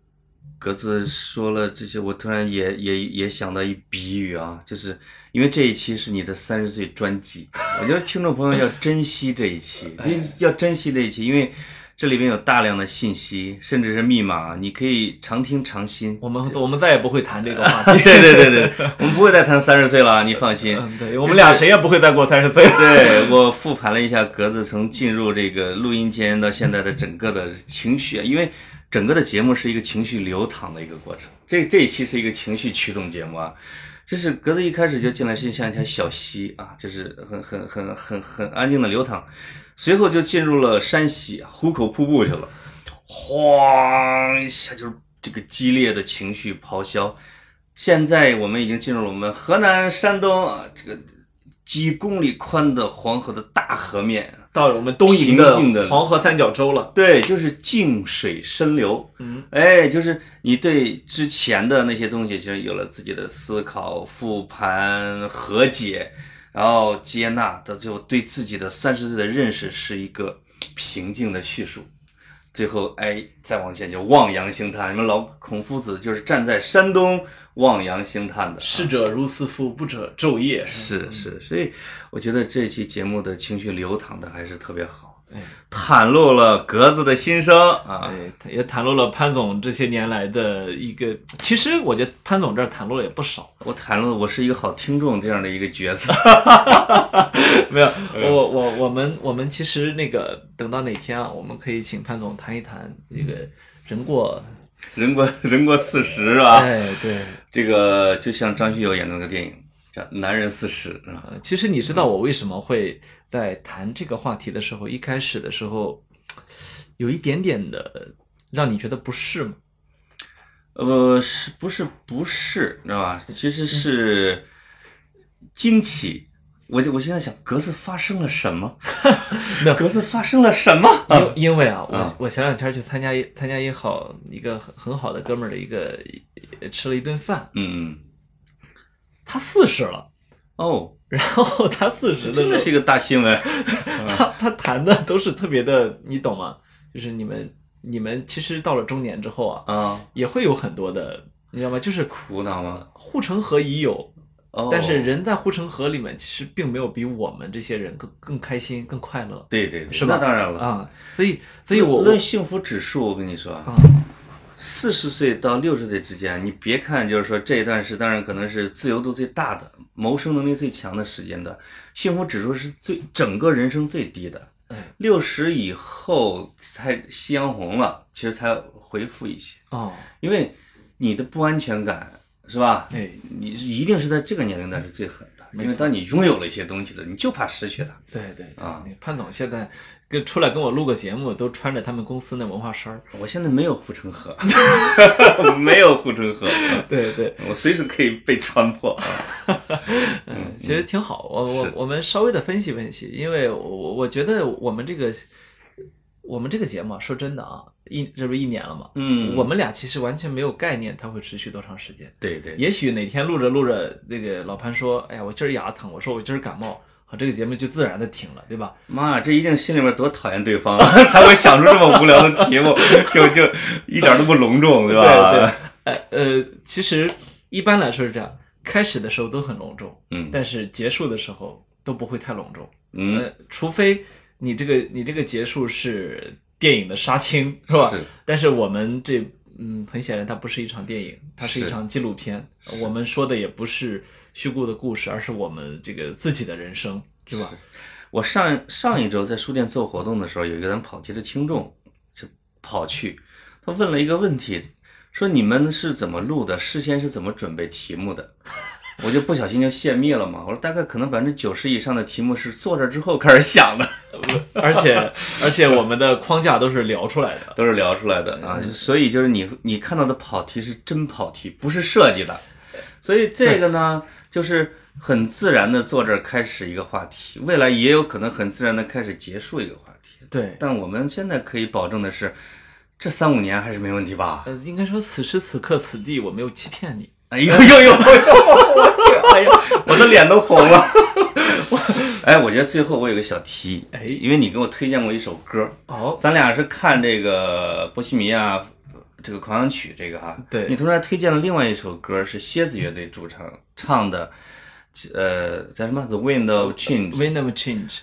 格子说了这些，我突然也也也想到一比喻啊，就是因为这一期是你的三十岁专辑，我觉得听众朋友要珍惜这一 期，
哎
要珍惜这一期，因为这里面有大量的信息，甚至是密码，你可以常听常新。
我们我们再也不会谈这个话题。
对对对对， 我们不会再谈三十岁了，你放 心。
嗯，对，我们俩谁也不会再过三十 岁了。
对我复盘了一下格子从进入这个录音间到现在的整个的情绪，因为整个的节目是一个情绪流淌的一个过程。这这一期是一个情绪驱动节目啊，就是格子一开始就进来是像一条小溪啊，就是很很很很很安静的流淌，随后就进入了山溪壶口瀑布去了，哗一下就是这个激烈的情绪咆哮。现在我们已经进入了我们河南、山东啊这个几公里宽的黄河的大河面，
到了我们东营的
平静的
黄河三角洲了。
对，就是静水深流。
嗯，
哎，就是你对之前的那些东西，其实有了自己的思考、复盘、和解，然后接纳，到最后对自己的三十岁的认识是一个平静的叙述。最后哎，再往前就望洋兴叹。你们老孔夫子就是站在山东望洋兴叹的，啊
逝者如斯夫，不者昼夜。
是是，所以我觉得这期节目的情绪流淌的还是特别好，
哎
袒露了格子的心声啊。
对，他哎也袒露了潘总这些年来的一个，其实我觉得潘总这儿袒露了也不少。
我袒露我是一个好听众这样的一个角色，
没有，我我我们我们其实那个等到哪天啊，我们可以请潘总谈一谈这个人过，
人过 人过四十啊，
哎，对，
这个就像张学友演的那个电影叫《男人四十》啊，
呃其实你知道我为什么会在谈这个话题的时候，一开始的时候有一点点的让你觉得不适吗？
呃，是不是不是，知道吧？其实是惊奇。我就我现在想，格子发生了什么？
没有
格子发生了什么？
因因为啊，
啊
我我前两天去参加一参加一好一个很很好的哥们儿的一个一吃了一顿饭，
嗯，
他四十了，
哦，
然后他四十的时
真
候
的是一个大新闻。
他他谈的都是特别的，你懂吗？就是你们你们其实到了中年之后啊，
啊，
也会有很多的，你知道吗？就是
苦恼吗？
护城河已有，
哦，
但是人在护城河里面，其实并没有比我们这些人更更开心、更快乐
对对对，
是吧
那当然了。
啊。所以，所以我我
论幸福指数，我跟你说啊，
啊，
四十岁到六十岁之间，你别看就是说这一段是，当然可能是自由度最大的、谋生能力最强的时间段，幸福指数是最整个人生最低的
哎。
六十以后才夕阳红了，其实才回复一些，
哦，
因为你的不安全感是吧？
哎
你是一定是在这个年龄段是最狠的，
没错嗯
因为当你拥有了一些东西的，你就怕失去它。
对对对
啊，
潘总现在跟出来跟我录个节目，都穿着他们公司那文化衫儿。
我现在没有护城河， 没有护城河，
对对，
我随时可以被啊穿破。
嗯，其实挺好。我我
是
我们稍微的分析分析，因为我我我觉得我们这个我们这个节目啊，说真的啊，一这不是一年了嘛，
嗯，
我们俩其实完全没有概念它会持续多长时间。
对对，
也许哪天录着录着，那个老潘说：“哎呀，我今儿牙疼。”我说：“我今儿感冒。”好，这个节目就自然的停了，对吧？
妈呀，这一定心里面多讨厌对方啊， 才会想出这么无聊的题目，就就一点都不隆重，对吧？
对，呃呃，其实一般来说是这样，开始的时候都很隆重，
嗯
但是结束的时候都不会太隆重。
嗯，
呃，除非你这个你这个结束是电影的杀青，是吧？
是
但是我们这嗯，很显然它不是一场电影，它是一
是
场纪录片。我们说的也不是虚构的故事，而是我们这个自己的人生，是吧？
我上上一周在书店做活动的时候，有一个咱跑题的听众就跑去，他问了一个问题，说你们是怎么录的，事先是怎么准备题目的？ 我就不小心就泄密了嘛，我说大概可能百分之九十以上的题目是坐这儿之后开始想的，
而且而且我们的框架都是聊出来的。
都是聊出来的啊，所以就是你你看到的跑题是真跑题，不是设计的。所以这个呢，就是很自然的坐这儿开始一个话题，未来也有可能很自然的开始结束一个话题。
对，
但我们现在可以保证的是，这三五年还是没问题吧？
呃，应该说此时此刻此地，我没有欺骗你。
哎呦呦呦呦！我去，哎呀，我的脸都红了。哎，我觉得最后我有个小提议，
哎
因为你给我推荐过一首歌，
哦，
咱俩是看这个《波西米亚》这个狂想曲这个哈，
对
你同时还推荐了另外一首歌，是蝎子乐队主唱唱的，呃，叫什么《The Wind
呃
of Change》。
w i n o m change。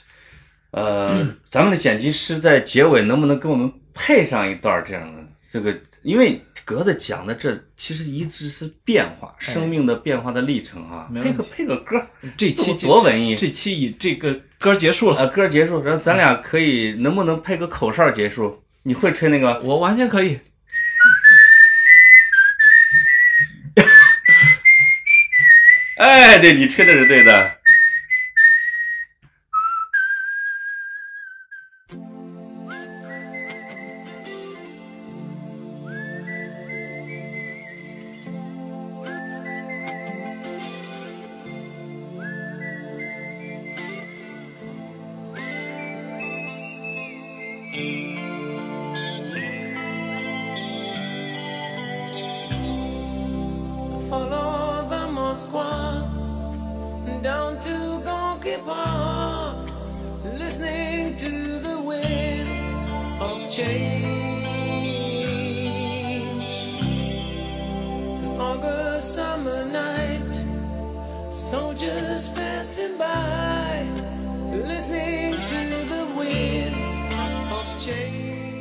呃，咱们的剪辑师在结尾能不能给我们配上一段这样的这个？因为格子讲的这其实一直是变化，生命的变化的历程啊，
哎没
配
问
个
题
配个歌儿，
这期
多文艺
这期以这个歌结束了。
呃，歌儿结束，然后咱俩可以能不能配个口哨结束？你会吹那个？
呃我完全可以。
哎，对你吹的是对的。
Follow the Moscow down to Gonky Park, listening to the wind of change. soldiers passing by, listening to the wind of change.